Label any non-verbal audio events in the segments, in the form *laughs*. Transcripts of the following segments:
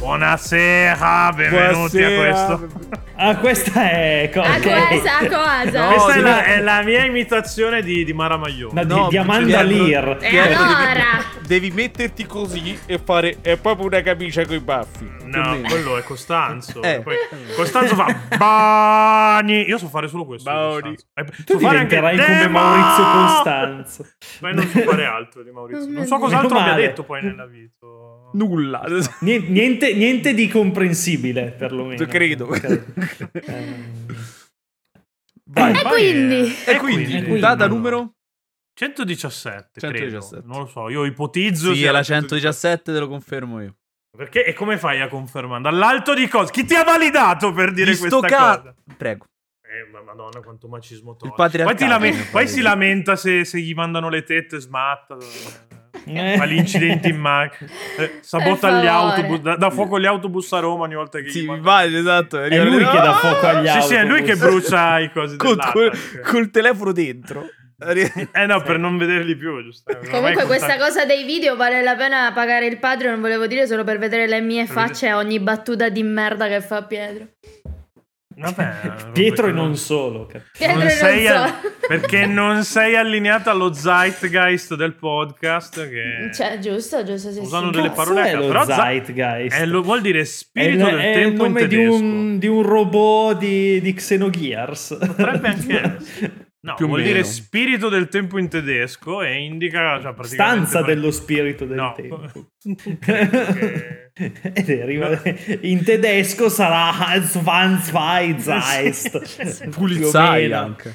Buonasera, benvenuti a questo. Ah, questa è cosa. A cosa, a cosa? Questa è Oh, sì, la, no. è la mia imitazione di, di Mara Maglione. No, di- No, di Amanda Pietro- Lear. E Pietro, devi- allora? Devi metterti così e fare. È proprio una camicia coi baffi. No, Più o meno. quello è Costanzo. Eh. Poi Costanzo fa Bani. Io so fare solo questo. Bani. Costanzo. Eh, Tu so fare anche diventerai come Demo! Maurizio Costanzo. Ma non so fare altro di Maurizio. Non so Meno cos'altro abbia male. detto poi nella vita. Nulla. Ni- Niente, niente di comprensibile, perlomeno. Eh. Io *laughs* credo. Ok. Ehm, Vai. E quindi? E quindi, E quindi, data no, no. numero? 117, credo. 117. Non lo so, io ipotizzo. Sì, sia è la 117, 117. te lo confermo io. Perché e come fai a confermare? Dall'alto di cosa? Chi ti ha validato per dire Di questa sto ca- cosa? Prego. Eh, ma madonna, quanto macismo Il tossico. Poi, patriarcato. ti lame- Eh, poi si lamenta se, se gli mandano le tette, smatta. eh. Fa gli *laughs* incidenti in macchina. Eh, sabota Per gli favore. autobus. Da, da fuoco agli autobus a Roma ogni volta che Sì, gli mi mandano- vai, esatto. È lui che dà fuoco agli Ah! Sì, autobus. sì, è lui che brucia i cosi Col, col- dell'Atlas. col telefono dentro. *laughs* Eh no, per non vederli più, giusto? Comunque questa cosa dei video vale la pena pagare il Patreon, volevo dire solo per vedere le mie facce a ogni battuta di merda che fa Pietro. Vabbè, *laughs* Pietro e vabbè, non solo. ca- Pietro non non, sei so. a- perché non sei allineata allo zeitgeist del podcast che Cioè, giusto, giusto, sì. usano sì. delle Cazzo parole a è caso, lo però za- Zeitgeist. eh, lo- vuol dire È il, spirito del è il tempo in nome di tedesco. un, di un robot di, di Xenogears. Potrebbe anche essere. No, Più o vuol meno. dire spirito del tempo in tedesco e indica cioè, praticamente *laughs* Stanza qual- dello spirito del No. *laughs* tempo. *laughs* credo che- Ed è arriva- in tedesco sarà Zwanzweizeist. Polizai anche.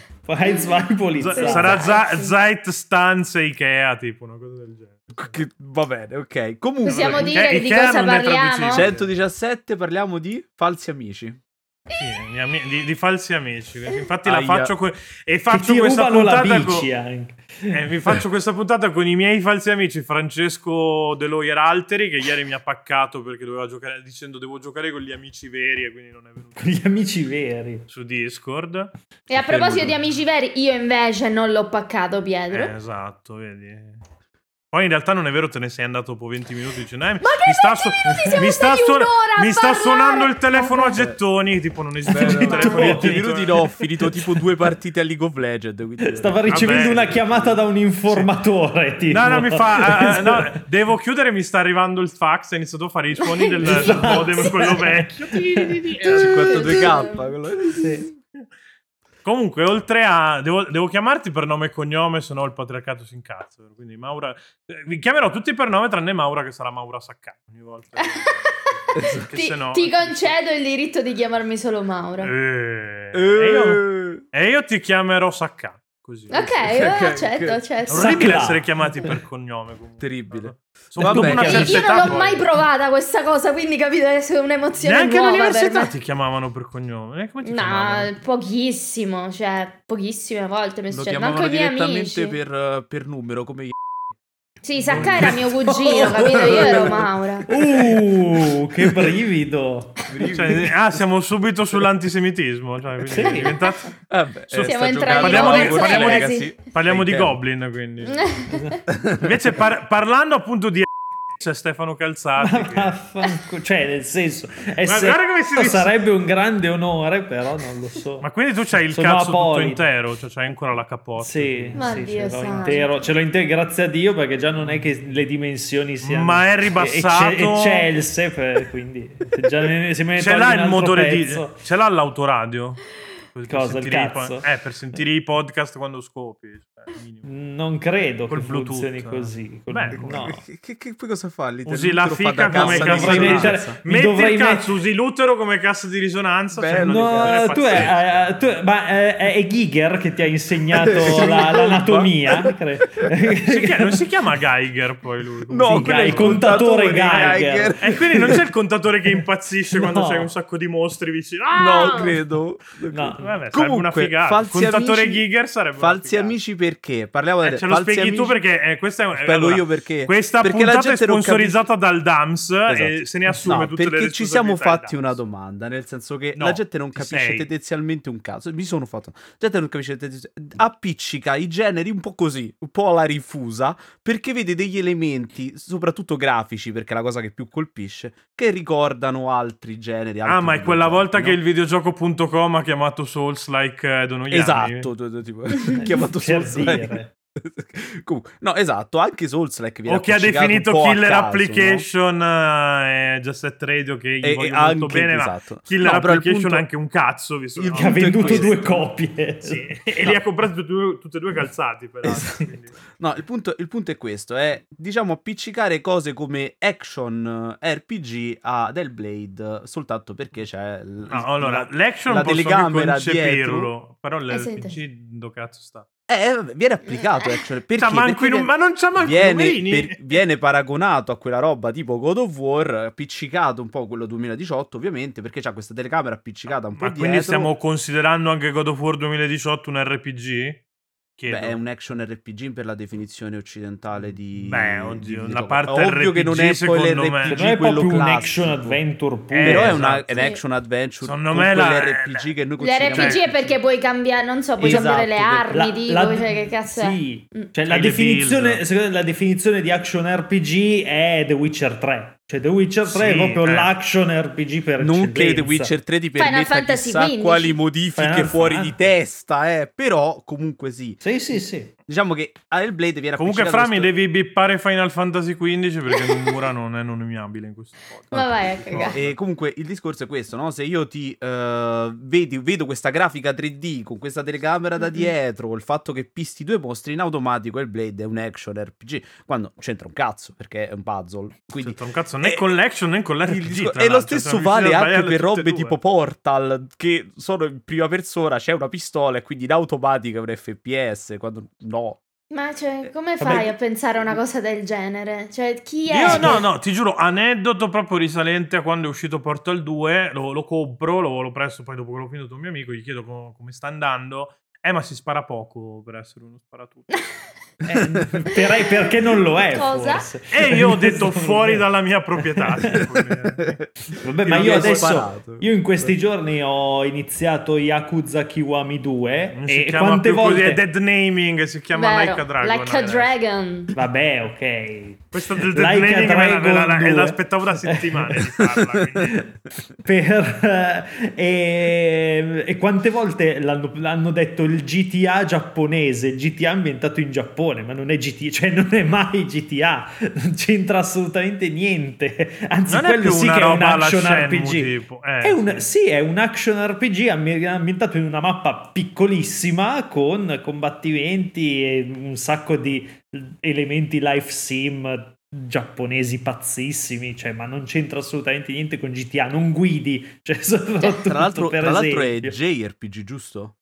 Z- Polizai. sarà za- Zeit Stanze Ikea, tipo una cosa del genere. Che- Va bene, ok. Comunque, Possiamo Ikea- dire di Ikea cosa non è parliamo? traducibile. 117 parliamo di falsi amici. Sì, miei ami- di, di falsi amici. Infatti la Aia. faccio que- e Che faccio ti questa rubano la puntata bici con- anche. eh, vi faccio questa puntata con i miei falsi amici Francesco De Loyer Alteri che ieri mi ha paccato perché doveva giocare dicendo devo giocare con gli amici veri e quindi non è venuto Con gli amici veri. su Discord. E a proposito Fermo. di amici veri, io invece non l'ho paccato Pietro. *laughs* Eh, esatto, vedi. Poi in realtà non è vero, te ne sei andato dopo 20 minuti dicendo, eh, mi Ma che 20 minuti? *laughs* Siamo stati un'ora a mi sta parlare!" suonando il telefono a gettoni, tipo non esiste più il no, telefono a no, Tipo, 20 gettoni. minuti no, ho finito tipo due partite a League of Legends. quindi- Stava ricevendo Vabbè. una chiamata da un informatore. tipo. No, no, mi *laughs* fa. eh, eh, no, devo chiudere, mi sta arrivando il fax. Ho iniziato a fare i suoni *laughs* del, del Esatto. modem, quello vecchio. 52k. quello- Eh, Sì. Comunque, oltre a. Devo, devo chiamarti per nome e cognome, se no il patriarcato si incazza. Quindi, Maura. eh, Vi chiamerò tutti per nome, tranne Maura, che sarà Maura Saccà. Ogni volta. *laughs* Perché ti, se no- ti concedo il diritto di chiamarmi solo Mauro. Eh, Eh, E, io, e io ti chiamerò Saccà. Così. Ok, ok, eh, ok. accetto, accetto. È orribile Saccà. essere chiamati per cognome. Comunque. *laughs* Terribile. Sono Vabbè, dopo una capito. certa Io età, non l'ho poi. mai provata questa cosa, quindi capito adesso è un'emozione Neanche nuova all'università per me. ti chiamavano per cognome. Eh, come ti chiamavano? No, pochissimo, cioè pochissime volte mi è Lo successo, chiamavano Cioè, manco i miei direttamente amici. per, eh, per numero, *laughs* come io. Sì, Sacca era mio cugino, capito? Io *laughs* ero Maura. Uh, che brivido. Cioè, ah, siamo subito sull'antisemitismo. Cioè, Eh, quindi Sì. è diventato- Vabbè, Siamo Eh, sta entrati giocando in con Hogwarts Hogwarts Legacy. parliamo di Ok. *laughs* Goblin. Quindi. *laughs* Invece, par- parlando appunto di *laughs* c'è Stefano Calzati. che- *laughs* Vaffanculo. cioè, nel senso, guarda come si essere- dice- sarebbe un grande onore, però non lo so. Ma quindi tu c'hai il Sono cazzo tutto apolito. intero, cioè c'hai ancora la capoccia. Sì, Ma sì, Dio ce l'ho santo. intero, ce l'ho intero, grazie a Dio, perché già non è che le dimensioni siano Ma è ribassato. ecce- eccelse, per- quindi se, già ne- se me *laughs* ne Ce togli l'ha un il altro motore pezzo- di. Ce l'ha l'autoradio? Per Cosa, il sentire i cazzo? po- eh, per sentire i podcast quando scopi. cioè, minimo. Non credo Col che Bluetooth. funzioni così. col- Beh, no. Che, che, che- poi cosa fa lì? Usi la fica come cassa cassa di dovrei mettere- risonanza. mi Metti dovrei il cazzo, met- usi l'utero come cassa di risonanza. Beh, cioè, non è No, vero, è tu è, pazzesco. eh, tu- ma eh, è, è Giger che ti ha *laughs* insegnato Sì. la- l'anatomia? cre- Si chia- non si chiama Geiger poi lui. come No, si Sì, quello è il il contatore, contatore Geiger. Geiger. chiama? E *laughs* quindi non c'è il contatore che impazzisce quando No. c'è un sacco di mostri vicino. Ah! No, credo. *laughs* No, vabbè, Eh, sarebbe una Comunque, figata. falsi Contatore amici, Giger sarebbe una falsi figata. amici perché? Parliamo Eh, delle- ce lo falsi spieghi tu amici- perché eh, questa è Lo spiego allora, io perché. Questa Perché la puntata è gente non sponsorizzata capisce- dal DAMS e Esatto. se ne assume No, tutte le perché ci siamo responsabilità il fatti una DAMS. domanda, nel senso che No, la gente non ti capisce sei. tendenzialmente un caso. Mi sono fatto. La gente non capisce tendenzialmente. Appiccica i generi un po' così, un po' alla rifusa, perché vede degli elementi, soprattutto grafici, perché è la cosa che più colpisce, che ricordano altri generi. Ah, altri ma è quella volta videogiochi, che no? il videogioco.com ha chiamato Souls like eh, Donoianni. Esatto, tu- tu- tipo, *laughs* chiamato Per Souls Eh, dire. Comunque, no, esatto, anche Souls like viene O che ha appiccicato definito un po' a killer caso, no? application eh, Just Radio che gli E- e voglio anche- molto bene, ma esatto. killer No, però il application punto- anche un cazzo, visto il no? Che ha punto è venduto questo. due copie. Cioè, Sì, *laughs* e li ha comprati tutti e due- tutti e due calzati, però. Esatto. quindi. No, il punto, il punto è questo, è diciamo appiccicare cose come action eh, RPG a Del Blade soltanto perché c'è... l- No, allora, la- l'action la posso anche telecamera concepirlo, dietro. però sente. l'RPG do cazzo sta. Eh, vabbè, viene applicato Eh. action perché... C'ha Cioè, manco perché i nu- viene- ma non c'ha manco i Viene, numerini. per- viene paragonato a quella roba tipo God of War, appiccicato un po' quello 2018 ovviamente, perché c'ha questa telecamera appiccicata un po' Ma dietro. quindi stiamo considerando anche God of War 2018 un RPG? Chiedo. Beh, è un action RPG per la definizione occidentale di... Beh, oddio, di- la parte Ovvio che non è RPG, poi secondo me. l'RPG non è quello proprio un classico. action adventure puro. Eh, Però è una- esatto. è un action adventure. Secondo con me la- quell'RPG che noi consideriamo. Cioè- L'RPG è perché puoi cambiare, non so, puoi Esatto, cambiare le per- La- armi, dico, la- cioè che cazzo è? sì. Mm. Cioè, la Fai le definizione, build. secondo me, la definizione di action RPG è The Witcher 3. Cioè, The Witcher 3 è Sì, proprio eh. l'action RPG per non che The eccellenza. Witcher 3 ti Final permetta Fantasy chissà 15. quali modifiche Final fuori di Fantasy. testa, eh. però comunque sì. Sì, sì, sì. Diciamo che a Hellblade viene Comunque, Fra, appiccicato mi questo- devi bippare Final Fantasy XV perché Nomura non è nominabile in questo podcast. Ma vai a cagare. E comunque il discorso è questo, no? Se io ti eh, vedi, vedo questa grafica 3D con questa telecamera da Mhm. dietro, il fatto che pisti due mostri in automatico, il Blade è un action RPG, quando c'entra un cazzo perché è un puzzle. Quindi C'entra Cioè, un cazzo né Eh, con l'action né con l'RPG. Il discor- tra e lo l'altro, stesso siamo riusciti vale a anche sbagliarle per tutte e robe due. tipo Portal, che sono in prima persona, c'è una pistola e quindi in automatica è un FPS, quando no. Ma Eh, cioè, come Vabbè. fai a pensare a una cosa del genere? Cioè, chi è? Io che- *laughs* no, no, ti giuro, aneddoto proprio risalente a quando è uscito Portal 2, lo, lo compro, lo, lo presto, poi dopo che l'ho finito un mio amico gli chiedo co- come sta andando. Eh, ma si spara poco per essere uno sparatutto. Eh, per- perché non lo è, Cosa? forse. E io ho *laughs* detto fuori dalla mia proprietà. *laughs* Vabbè, ma Io io ho adesso, sparato. io in questi giorni ho iniziato Yakuza Kiwami 2 Non si Eh, e chiama quante più così, è volte... dead naming, si chiama Vero. Like a Dragon. Like a eh. Dragon. Vabbè, ok. Questa del dead Like a naming me la- me la- Dragon me 2. l'aspettavo da settimane di farla. Eh, quindi- Per, eh, e, e quante volte l'hanno, l'hanno detto il GTA giapponese, il GTA ambientato in Giappone, ma non è GTA, cioè non è mai GTA, non c'entra assolutamente niente. *laughs* Anzi, Non è quello più sì una che è un roba alla action Shenmue, RPG. tipo, eh, è un, sì. sì, è un action RPG ambi- ambientato in una mappa piccolissima con combattimenti e un sacco di elementi life sim giapponesi pazzissimi, cioè, ma non c'entra assolutamente niente con GTA, non guidi, *laughs* cioè, *laughs* soprattutto Eh, Tra l'altro, per tra l'altro è esempio. JRPG, giusto?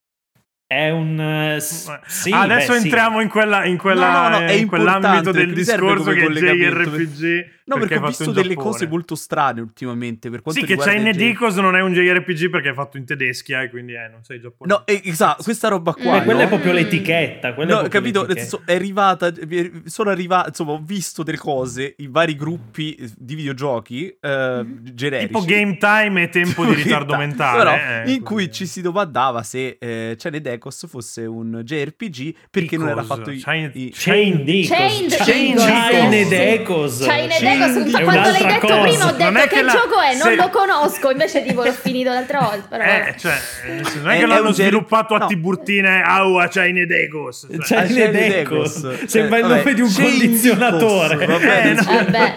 È un... eh, s- sì, Ah, adesso beh, sì. entriamo in, quella- in quella- No, no, no, è in quell'ambito importante, del perché mi serve discorso come che è collegamento. JRPG. No, perché, è ho fatto visto in delle Giappone. cose molto strane ultimamente. Per quanto Sì, che riguarda c'hai in il J- Edicos non è un JRPG perché è fatto in tedeschia e quindi eh, non sei giapponese. No, eh, esatto, questa roba Beh, qua. Beh, quella no? è proprio Mm. l'etichetta. quella è No, proprio capito, nel l'etichetta. senso, è arrivata, vi- sono arrivata, insomma, ho visto delle cose in vari gruppi eh, di videogiochi eh, Mhm. generici. tipo game time e tempo *laughs* di ritardo mentale. Però, eh, in cui così. ci si domandava se eh, Decos fosse un JRPG perché non era Icos, fatto in, Chain- in- Chain Decos. Chained Chain Decos. Chained Sì. Decos. Cioè, Chained Decos. in Edego, scusa, È quando *laughs* l'hai un'altra detto cosa. prima ho detto Non è che, che il la- gioco è, se- non lo conosco, invece tipo l'ho finito l'altra volta. Però vabbè. Eh, cioè, eh, se non è È- che è l'hanno un JRPG sviluppato no. a Tiburtina e Aua, c'hai in Edegos. Ah, Chain Chain Decos. Decos. Sembra Eh, il vabbè, nome di un Chain condizionatore. Decos, vabbè, Eh, no. diciamo. Vabbè,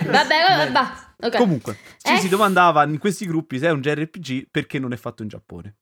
*laughs* vabbè, vabbè. ok. Comunque, ci Eh? si domandava in questi gruppi se è un JRPG perché non è fatto in Giappone.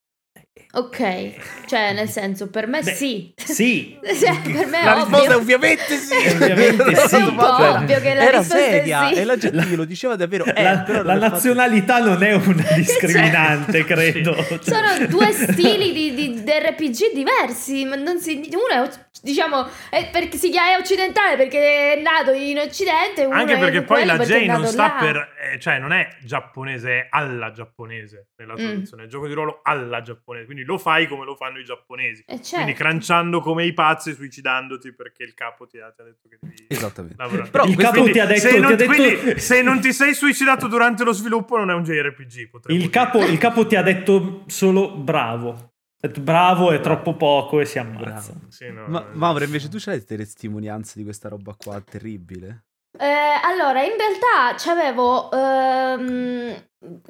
Eh. Ok, cioè nel senso, per me Beh, sì. Cioè, Sì, per me la è risposta è Eh, *laughs* ovvio. Eh, ovviamente sì. Ovviamente Era sì. È un po' ovvio che la Era risposta è seria sì. e la gente glielo diceva davvero. eh, la, però non la è fatto- Cioè, nazionalità non *laughs* è una discriminante, c'è? credo. Cioè, *laughs* Sono due stili di, di, di RPG diversi, ma non si- uno è diciamo, è perché si chiama è occidentale perché è nato in occidente. uno Anche è perché di poi quello la perché è J non nato sta là. per. eh, cioè, non è giapponese, è alla giapponese nella Mm. traduzione. È gioco di ruolo alla giapponese. Quindi lo fai come lo fanno i giapponesi. Eh, certo. Quindi cranciando come i pazzi, suicidandoti perché il capo ti ha, ti ha detto che devi. Esattamente. lavorare. Però Il capo Quindi, ti ha detto- se, non, ti ha detto- quindi, se non ti sei suicidato durante lo sviluppo, non è un JRPG. potremmo Il capo, il capo ti ha detto solo bravo. Ha detto, Bravo è troppo poco e si ammazza. dire. Sì, no, Ma eh, Mauro, invece tu ce l'hai delle testimonianze di questa roba qua terribile? Eh, allora, in realtà c'avevo ehm,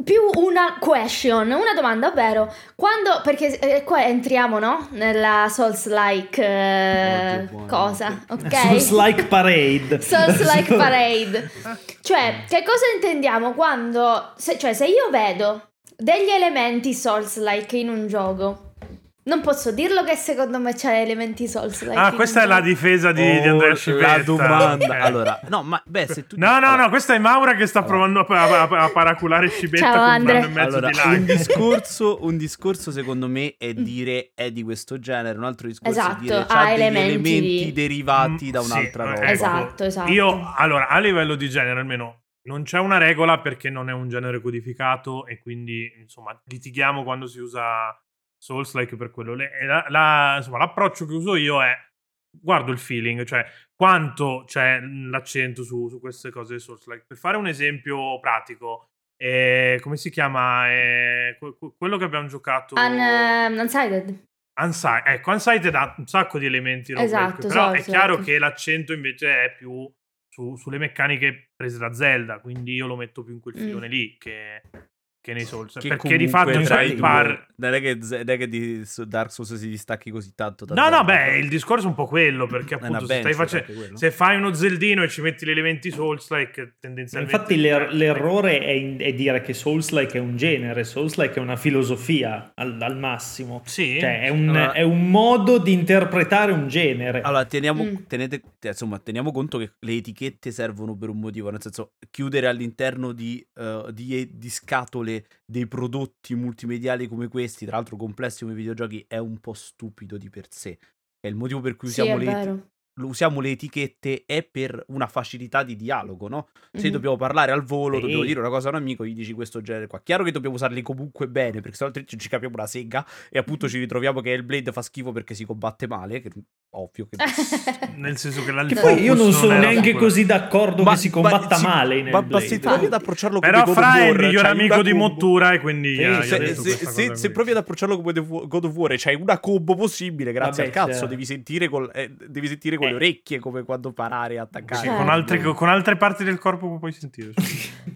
più una question, una domanda, ovvero quando, perché eh, qua entriamo, no? Nella Souls-like eh, Oddio, buono. cosa, ok? *laughs* Souls *laughs* like parade. *laughs* Souls-like parade. Cioè, che cosa intendiamo quando, se, cioè, se io vedo degli elementi Souls-like in un gioco, non posso dirlo che secondo me c'è elementi Souls-like. in Ah, un questa è la gioco. difesa di, di Oh, Andrea Scivetta. Oh, La domanda. Ok. Allora, no, ma beh, se tu... No, no, no, questa è Maura che sta provando a, pa- a- a paraculare Scivetta Ciao, con un Andre. anno e mezzo Allora, di Mm. un live. *laughs* discorso, un discorso secondo me è dire è di questo genere, un altro discorso Esatto, è dire ha c'ha degli elementi elementi di- derivati da Mm, sì, un'altra roba. ecco. Esatto, esatto. Io, allora, a livello di genere almeno non c'è una regola perché non è un genere codificato e quindi, insomma, litighiamo quando si usa Souls like per quello. Le- e la- la- insomma, l'approccio che uso io è guardo il feeling, cioè quanto c'è l'accento su, su queste cose Souls like. Per fare un esempio pratico, eh, come si chiama Eh, que- que- quello che abbiamo giocato Un, ehm, Unsided. Unsight, ecco, Unsighted ha un sacco di elementi roguelike, Esatto, però è esatto, chiaro esatto. che l'accento invece è più su- sulle meccaniche prese da Zelda, quindi io lo metto più in quel Mm. filone lì che, che nei Souls, Che perché di comunque fatto in tra i Souls par- due- Non è che, non è che di su Dark Souls si distacchi così tanto da No, no, Zelda. Eh, beh, il discorso è un po' quello, perché È una appunto se stai benchmark facendo... anche quello. Se fai uno zeldino e ci metti gli elementi Souls, like Ma tendenzialmente... Infatti er-, l'er- l'errore è, in- è dire che Souls-like è un genere, Souls-like è una filosofia al, al massimo. Sì. Cioè è un, Allora- è un modo di interpretare un genere. Allora, teniamo, Mm. tenete, te- insomma, teniamo conto che le etichette servono per un motivo, nel senso chiudere all'interno di, eh, di- di scatole dei prodotti multimediali come questi, tra l'altro complessi come i videogiochi, è un po' stupido di per sé. È il motivo per cui Sì, usiamo, è le, eti- vero. lo- usiamo le etichette è per una facilità di dialogo, no? Se Mhm. dobbiamo parlare al volo, Sì. dobbiamo dire una cosa a un amico, gli dici questo genere qua. Chiaro che dobbiamo usarli comunque bene, perché sennò altrimenti non ci capiamo una sega e appunto ci ritroviamo che il Blade fa schifo perché si combatte male, che ovvio *laughs* che... Nel senso che Che l'altro... poi Io non non sono era neanche così d'accordo Ma- che si combatta ma- male in ma, ma Hellblade. se provi ad approcciarlo come Però God of Fra è il War, miglior c'hai amico una di combo. Mottura e quindi... Sì, gli ha- gli ha Se, io ho detto se- questa se- cosa se qui. provi ad approcciarlo come Devo- God of War, e c'hai una combo possibile, grazie Vabbè, al cazzo. certo. Devi sentire, col- eh, devi sentire con Eh. le orecchie come quando parare e attaccare. Sì, con, altre, Cioè, con altre parti del corpo che puoi sentire.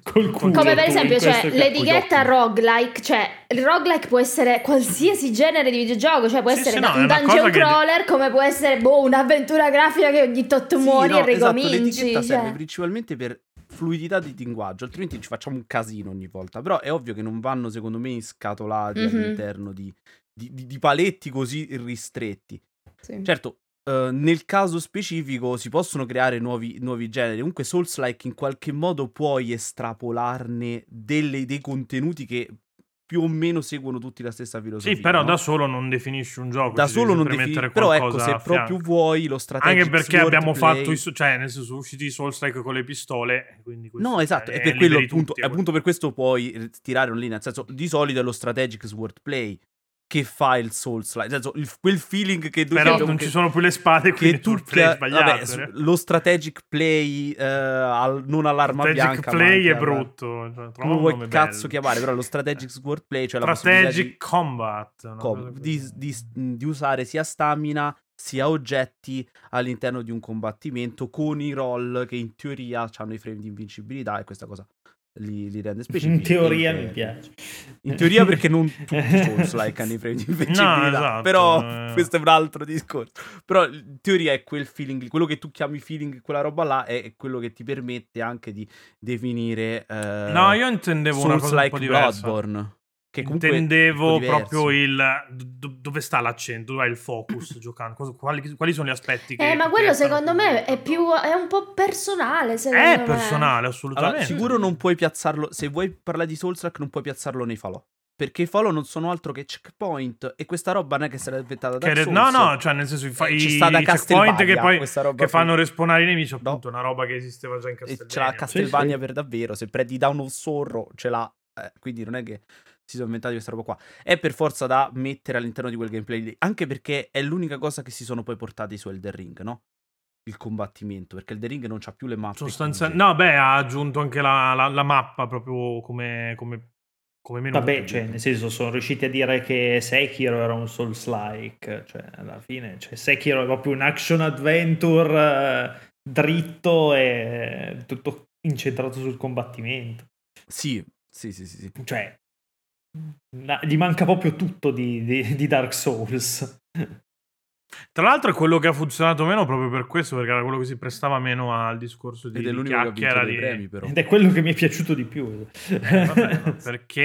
Col culo, Come per esempio, in questo cioè, caso. l'etichetta roguelike, cioè, il roguelike può essere qualsiasi genere di videogioco, cioè può Sì, essere sì, no, è un una cosa dungeon che- crawler, come può essere, boh, un'avventura grafica che ogni tot Sì, muori no, e esatto, ricominci, l'etichetta cioè. serve principalmente per fluidità di linguaggio, altrimenti ci facciamo un casino ogni volta. Però è ovvio che non vanno, secondo me, scatolati Mhm. all'interno di, di- di- di paletti così ristretti. Sì. Certo, eh, nel caso specifico si possono creare nuovi, nuovi generi. Comunque, Souls-like in qualche modo puoi estrapolarne delle- dei contenuti che più o meno seguono tutti la stessa filosofia. Sì, però no? da solo non definisci un gioco. Da ci solo devi non sempre devi. mettere Però ecco, qualcosa se a proprio fianco. vuoi lo strategico. Anche perché abbiamo fatto, i, so- cioè, nel senso, sono usciti i Soulstrike con le pistole. Quindi questo No, esatto, è è per cioè, liberi quello appunto, tutti, eh. è appunto per questo puoi tirare un linea, nel senso di solito è lo strategic sword play che fa il souls like, nel senso il- quel feeling che Però che- non che- ci sono più le spade, che quindi tu tu play è vabbè, sbagliato. su- eh. lo strategic play eh, al- non all'arma Strategic bianca, ma play anche è alla- brutto. Cioè, trova Come un vuoi nome cazzo bello. Eh. chiamare, però lo strategic sword play, cioè la possibilità Strategic di Combat. una com- cosa di, così. di- di usare sia stamina sia oggetti all'interno di un combattimento con i roll che in teoria hanno i frame di invincibilità e questa cosa li, li rende specifici. In teoria Eh, mi piace. In teoria perché *laughs* non tutti i Souls-like hanno i frame di invincibilità, No, esatto, però eh. questo è un altro discorso. Però in teoria è quel feeling, lì, quello che tu chiami feeling, quella roba là è quello che ti permette anche di definire eh, No, io intendevo una cosa un Souls-like po' diversa. Bloodborne. Che comunque è un po' Intendevo diverso. proprio il do- dove sta l'accento, dove è il *coughs* focus giocando, cosa- quali, quali sono gli aspetti che Eh, ma che quello restano secondo me è più, è un po' personale, secondo è me. personale, Allora, assolutamente. sicuro non puoi piazzarlo. Se vuoi parlare di Soulstrack, non puoi piazzarlo nei falò. Perché i follow non sono altro che checkpoint. E questa roba non è che se l'ha inventata da Che re- no, no, cioè nel senso i, fa- Eh, i ci sta da checkpoint che Castelvaglia, poi questa roba che qui. fanno respawnare i nemici, No. appunto, una roba che esisteva già in e ce l'ha Castelvania. Castelvania per davvero. Se prendi Down of Sorrow, ce l'ha. Eh, quindi non è che si sono inventati questa roba qua. È per forza da mettere all'interno di quel gameplay lì. Anche perché è l'unica cosa che si sono poi portati su Elden Ring, no? Il combattimento. Perché Elden Ring non c'ha più le mappe. Sostanzia- quindi- no, beh, ha aggiunto anche la, la- la mappa proprio come, come, come menu. Vabbè, cioè, nel senso, sono riusciti a dire che Sekiro era un Souls-like, cioè, alla fine, cioè, Sekiro è proprio un action-adventure eh, dritto e tutto incentrato sul combattimento. Sì, sì, sì, sì. sì. Cioè, na- gli manca proprio tutto di, di- di Dark Souls. Tra l'altro è quello che ha funzionato meno proprio per questo, perché era quello che si prestava meno al discorso di, Ed è di l'unico che ha vinto chiacchiera dei di- premi, però. Ed è quello che mi è piaciuto di più. Eh, vabbè, ma perché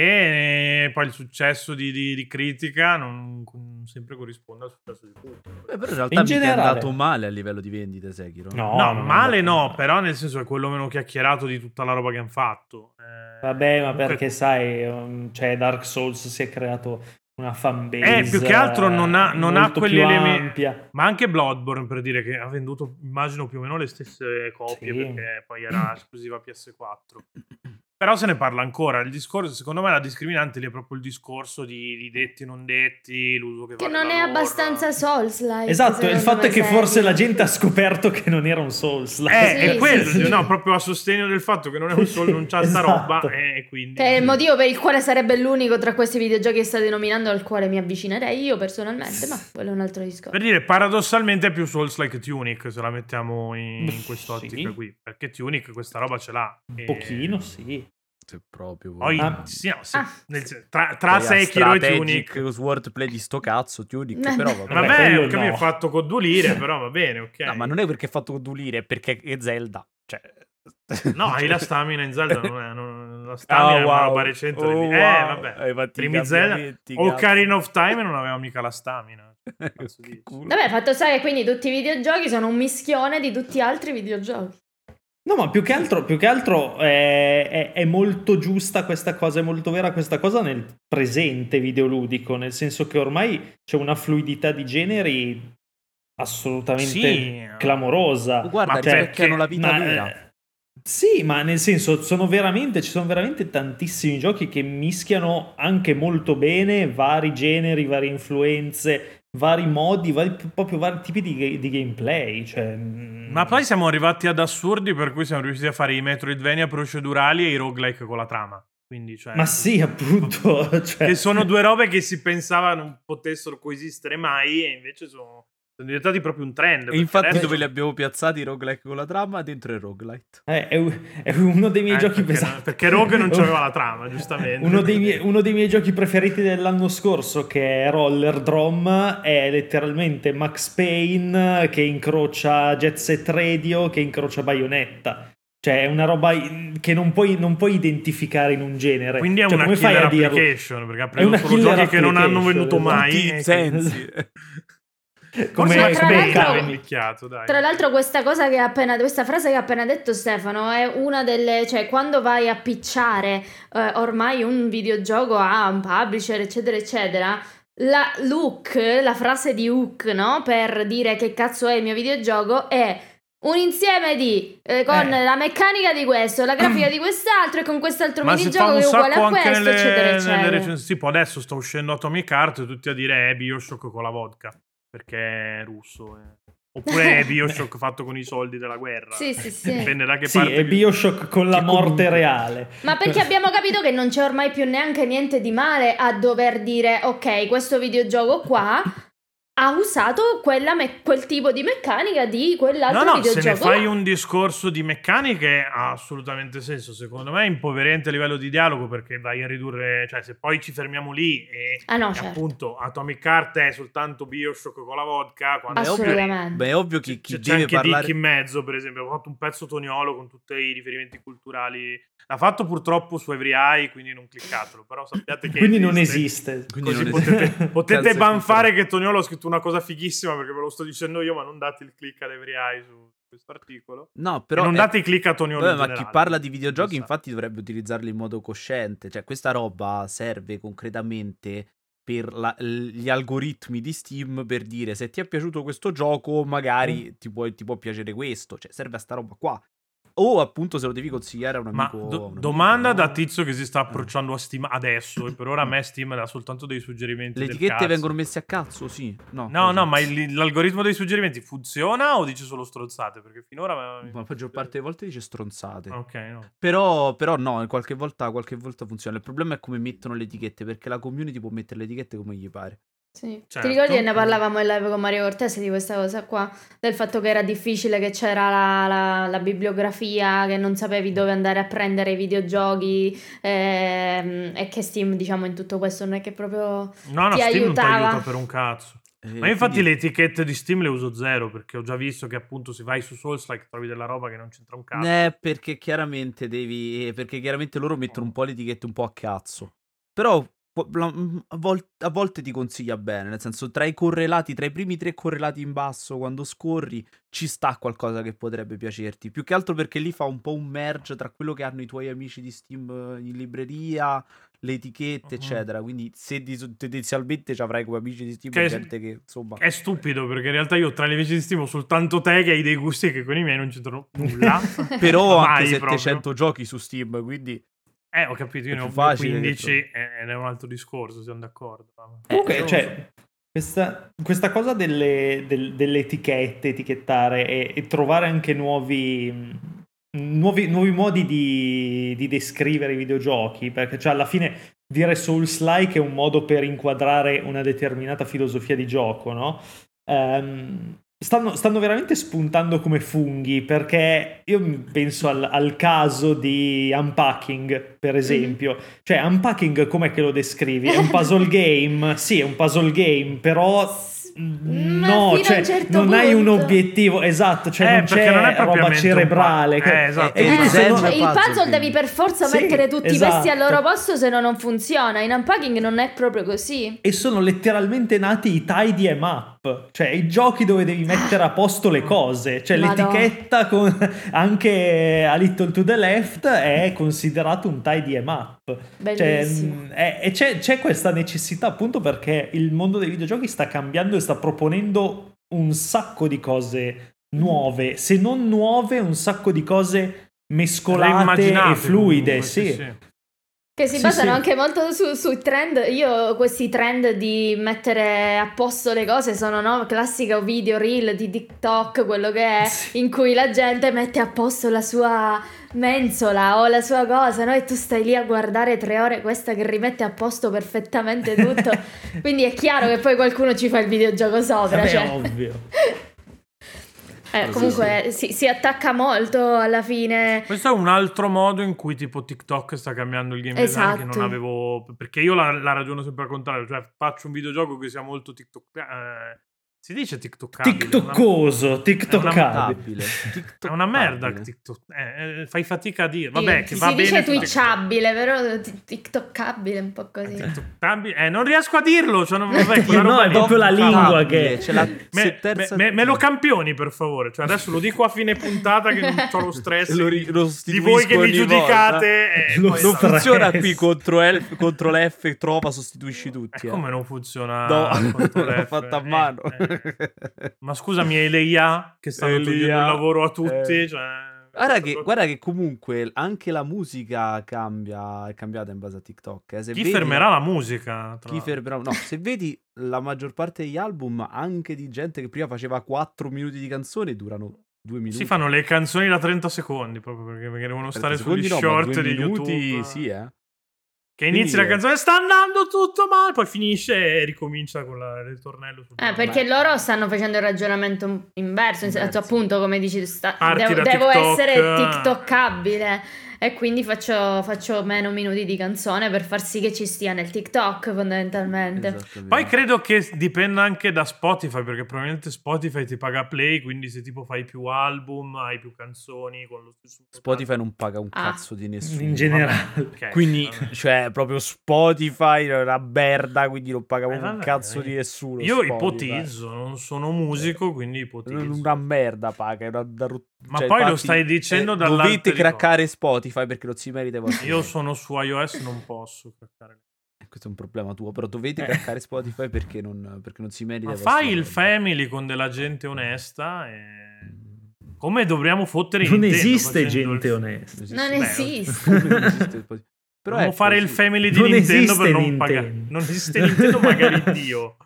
eh, poi il successo di, di- di critica non, non sempre corrisponde al successo di pubblico. Beh, Eh, però in realtà mica In è generale- andato male a livello di vendite, Sekiro. *laughs* No, No, non male è no, andato però nel senso è quello meno chiacchierato di tutta la roba che hanno fatto. Eh, Vabbè, ma comunque- perché sai, um, cioè Dark Souls si è creato una fanbase. Eh, più che altro non ha- non ha molto quegli più elementi- ampia. Ma anche Bloodborne per dire che ha venduto immagino più o meno le stesse copie Sì. perché poi *clears throat* era esclusiva PS4. Però se ne parla ancora. Il discorso, secondo me, la discriminante lì è proprio il discorso di, di detti non detti, l'uso che Che fanno non è loro. abbastanza Souls-like. Esatto, il secondo fatto me, cioè. è che serio. forse la gente ha scoperto che non era un Souls. Eh, Sì, *laughs* è quello, sì, sì. no, proprio a sostegno del fatto che non è un solo, non c'ha *laughs* sta Esatto. roba e quindi... Che è Cioè, il motivo per il quale sarebbe l'unico tra questi videogiochi che state nominando al quale mi avvicinerei io personalmente, ma quello è un altro discorso. Per dire, paradossalmente è più Souls like Tunic, se la mettiamo in, in quest'ottica Sì. qui, perché Tunic questa roba ce l'ha. Un e- pochino, eh. sì. Se proprio. Poi, Ah. sì, no, sì, Ah. nel sen- tra, tra Poi ha Sekiro e strategic Tunic swordplay di sto cazzo, Tunic, Vabbè. però vabbè. Vabbè, Vabbè, ho quello capito, no. è fatto con due lire, però va bene, ok. No, ma non è perché è fatto codulire, è perché è Zelda. *laughs* Cioè... No, *laughs* hai la stamina in Zelda, non è, non- la stamina è una roba recente. Ah, Oh, di- wow. Eh, vabbè. Hai fatto i Primi Zelda, Oh, cambiamenti, cazzo. *laughs* Ocarina of Time non aveva mica la stamina. Cazzo Che dici? culo. Vabbè, fatto sta che quindi tutti i videogiochi sono un mischione di tutti gli altri videogiochi. No, ma più che altro, più che altro eh, è, è molto giusta questa cosa, è molto vera questa cosa nel presente videoludico, nel senso che ormai c'è una fluidità di generi assolutamente Sì. clamorosa. Cioè, Oh, Guarda, Ma perché perché- rispecchiano la vita Ma, vera. eh, Sì, ma nel senso, sono veramente, ci sono veramente tantissimi giochi che mischiano anche molto bene vari generi, varie influenze, vari modi, vari- proprio vari tipi di, di gameplay. Cioè, mm, Ma poi siamo arrivati ad assurdi per cui siamo riusciti a fare i Metroidvania procedurali e i roguelike con la trama. Quindi, cioè, Ma sì, appunto. *laughs* cioè- che sono due robe che si pensava non potessero coesistere mai e invece sono, sono diventati proprio un trend. E perché infatti adesso- dove li abbiamo piazzati i roguelike con la trama? Dentro il roguelite. Eh, è, u- è uno dei miei Eh, giochi perché, pesanti. perché Rogue *laughs* non c'aveva la trama, giustamente. Uno dei, miei, uno dei miei giochi preferiti dell'anno scorso, che è Roller Drum, è letteralmente Max Payne che incrocia Jet Set Radio, che incrocia Bayonetta. Cioè, è una roba in- che non puoi, non puoi identificare in un genere. Quindi è Cioè, una come fai killer a dirlo? application, perché ha una preso solo killer giochi che non hanno application, venduto esatto. mai. Tutti i e- sensi. *laughs* Forse Come, Ma come Cioè, tra Max Payne l'altro- l'ha Payne. ricchiato, dai. Tra l'altro questa cosa che ha appena questa frase che ha appena detto Stefano è una delle, cioè quando vai a picciare eh, ormai un videogioco a un publisher, eccetera, eccetera, la look, la frase di hook, no? Per dire che cazzo è il mio videogioco è un insieme di eh, con Eh. la meccanica di questo, la *clears throat* grafica di quest'altro e con quest'altro Ma si fa minigioco un che è uguale sacco a anche questo, nelle, eccetera, nelle eccetera. recensioni. Tipo adesso sta uscendo Atomic Heart e tutti a dire è Bioshock con la vodka, perché è russo. eh. Oppure *laughs* è Bioshock fatto con i soldi della guerra. Sì, sì, sì. Dipende da che Sì, parte... è Bioshock con la Che morte comunque- reale. Ma perché abbiamo capito che non c'è ormai più neanche niente di male a dover dire ok, questo videogioco qua ha usato quella me- quel tipo di meccanica di No, quell'altro no, se videogioco. ne fai là. un discorso di meccaniche ha assolutamente senso. Secondo me è impoverente a livello di dialogo perché vai a ridurre, cioè se poi ci fermiamo lì e, Ah no, e certo. appunto Atomic Heart è soltanto Bioshock con la vodka, quando è ovvio- Assolutamente. Beh, è ovvio che c'è, chi Cioè, c'è deve anche parlare... Dick in mezzo, per esempio, ha fatto un pezzo toniolo con tutti i riferimenti culturali. L'ha fatto purtroppo su Every Eye, quindi non cliccatelo, però *laughs* sappiate che Quindi non esiste. Quindi Così non esiste. potete, potete Cazzo, banfare che Toniolo ha scritto una cosa fighissima perché ve lo sto dicendo io, ma non date il click ad Every Eye su questo articolo. No, però non è- date i click a Tony Hawk Vabbè, in ma chi generale. parla di videogiochi, Esatto. infatti, dovrebbe utilizzarli in modo cosciente. Cioè, questa roba serve concretamente per la- l- gli algoritmi di Steam per dire se ti è piaciuto questo gioco, Mm. magari ti, puoi- ti può piacere questo. Cioè, serve a sta roba qua. O appunto se lo devi consigliare a un Ma amico. do- un amico, domanda no? da tizio che si sta approcciando a Steam adesso. E per ora a *laughs* me Steam dà soltanto dei suggerimenti. Le del etichette cazzo. vengono messe a cazzo? Sì. No, No, cosa? no, ma il- l'algoritmo dei suggerimenti funziona o dice solo strozzate? Perché finora. Ma *laughs* la maggior parte delle volte dice stronzate. Ok, no. Però, però no, qualche volta, qualche volta funziona. Il problema è come mettono le etichette, perché la community può mettere le etichette come gli pare. Sì. Certo. Ti ricordi che ne parlavamo in live con Mario Cortese di questa cosa qua? Del fatto che era difficile, che c'era la, la- la bibliografia, che non sapevi dove andare a prendere i videogiochi ehm, e che Steam, diciamo, in tutto questo non è che proprio... No, no, Steam non Ti ti aiutava. aiuta per un cazzo. Eh, Ma io infatti quindi- le etichette di Steam le uso zero perché ho già visto che appunto se vai su Soulslike trovi della roba che non c'entra un cazzo. Eh, perché chiaramente devi. eh, Perché chiaramente loro mettono un po' le etichette un po' a cazzo. Però po- la- mm, a, vol- a volte ti consiglia bene. Nel senso, tra i correlati, tra i primi tre correlati in basso, quando scorri, ci sta qualcosa che potrebbe piacerti. Più che altro perché lì fa un po' un merge tra quello che hanno i tuoi amici di Steam eh, in libreria, le etichette, Mhm. eccetera. Quindi, se dis- tendenzialmente ci avrai come amici di Steam Che- gente che insomma. È stupido perché in realtà io tra le amici di Steam ho soltanto te che hai dei gusti che con i miei non c'entrano nulla. *laughs* *laughs* Però ho anche Mai proprio. 700 giochi su Steam, quindi. Eh, ho capito, io È ne più ho facile 15 che e- ed è un altro discorso, siamo d'accordo. Comunque, non lo cioè, questa, questa cosa delle, del- delle etichette, etichettare e, e trovare anche nuovi, mh, nuovi, nuovi modi di, di descrivere i videogiochi, perché cioè, alla fine dire Souls-like è un modo per inquadrare una determinata filosofia di gioco, no? Ehm, stanno, stanno veramente spuntando come funghi perché io mi penso al, al caso di Unpacking, per esempio. Cioè, Unpacking com'è che lo descrivi? È un *laughs* puzzle game? Sì, è un puzzle game, però... Ma fino a no, un cioè, certo non hai un punto. obiettivo esatto, cioè Eh, non perché c'è non è roba propriamente un cerebrale. pa- che- eh, esatto. Eh, e quindi se zen- no- Cioè, il puzzle, puzzle devi quindi. per forza Sì, mettere tutti i pezzi esatto. al loro posto se no non funziona. In unpacking non è proprio così. e sono letteralmente nati i tidy e map, cioè i giochi dove devi mettere a posto le cose, cioè Madò. l'etichetta con *laughs* anche a little to the left è considerato un tidy e map. Cioè, Bellissimo. mh, è- e c'è, c'è questa necessità appunto perché il mondo dei videogiochi sta cambiando e sta proponendo un sacco di cose nuove, se non nuove, un sacco di cose mescolate e fluide, sì. Che si Sì, basano sì. anche molto su- sui trend. Io questi trend di mettere a posto le cose sono no, classico video reel di TikTok, quello che è, Sì. in cui la gente mette a posto la sua mensola o la sua cosa, no? E tu stai lì a guardare tre ore questa che rimette a posto *laughs* perfettamente tutto. Quindi è chiaro che poi qualcuno ci fa il videogioco sopra. Vabbè, cioè. Eh *laughs* ovvio. Eh, comunque Si, si attacca molto alla fine. Questo è un altro modo in cui tipo TikTok sta cambiando il game design che Esatto. non avevo... Perché io la, la ragiono sempre al contrario, cioè faccio un videogioco che sia molto TikTok... eh, si dice TikTok? Toctabile. TikTokoso, tiktokabile. È una merda Toctabile. TikTok. eh, eh, fai fatica a dire. Vabbè, che si va bene. dice tutto. twitchabile, però t- tiktokabile un po' così. TikTokabile. Eh, non riesco a dirlo. Cioè, non, vabbè, quella No, roba è lì. proprio la lingua Toctabile, che- c'è Cioè, la Me, se terza- me- me- me lo campioni per favore. Cioè, adesso lo dico a fine puntata che non ho lo stress Lo ri- lo di voi che mi sostituisco ogni giudicate. eh, Lo poi- Non so- funziona Stress. qui contro, L, contro F, trova, sostituisci tutti. Eh, eh. come non funziona? *laughs* No, Ctrl l'ho F? fatta a Eh, mano. eh. Ma scusami, Eleia che stanno togliendo Elia, il lavoro a tutti. eh. cioè, Guarda che, guarda che comunque anche la musica cambia, è cambiata in base a TikTok. eh. Se chi vedi- fermerà la musica? tra Chi fermerà? No, se vedi la maggior parte degli album, anche di gente che prima faceva 4 minuti di canzone, durano 2 minuti. Si fanno le canzoni da 30 secondi proprio perché, perché devono stare 30 sugli secondi no, ma short due di minuti, YouTube. Sì, eh. Che inizi la Quindi, eh. canzone, sta andando tutto male, poi finisce e ricomincia con la- il ritornello. sul Eh, perché loro stanno facendo il ragionamento un- inverso, in senso, Inverso. appunto come dici tu, sta- Parti devo, da devo TikTok. essere tiktokabile. e quindi faccio, faccio meno minuti di canzone per far sì che ci stia nel TikTok fondamentalmente. Esattamente. Poi credo che dipenda anche da Spotify, perché probabilmente Spotify ti paga play, quindi se tipo fai più album, hai più canzoni con lo stesso Spotify non paga un Ah. cazzo di nessuno. In generale. Ok, *laughs* Quindi, vabbè. cioè, proprio Spotify è una merda, quindi non paga Eh, proprio un vabbè, cazzo eh. di nessuno. Io Spotify. ipotizzo, non sono musico, quindi ipotizzo. Non- Una merda paga, è una, da rot- Ma cioè, poi lo infatti, stai dicendo eh, dall'alto Dovete di craccare Spotify perché non si merita i vostri Io soldi. sono su iOS, non posso craccare. Eh, Questo è un problema tuo, però dovete Eh. craccare Spotify perché non, perché non si merita Ma i vostri fai il soldi. family con della gente onesta e... Come dovremmo fottere Non Nintendo esiste facendo il- gente onesta. esiste. Non Beh, esiste. *laughs* Non esiste il Spotify. Però Dovremmo ecco, fare il sì. family di Non Nintendo esiste per non Nintendo. pagare. Non esiste Nintendo, magari Dio.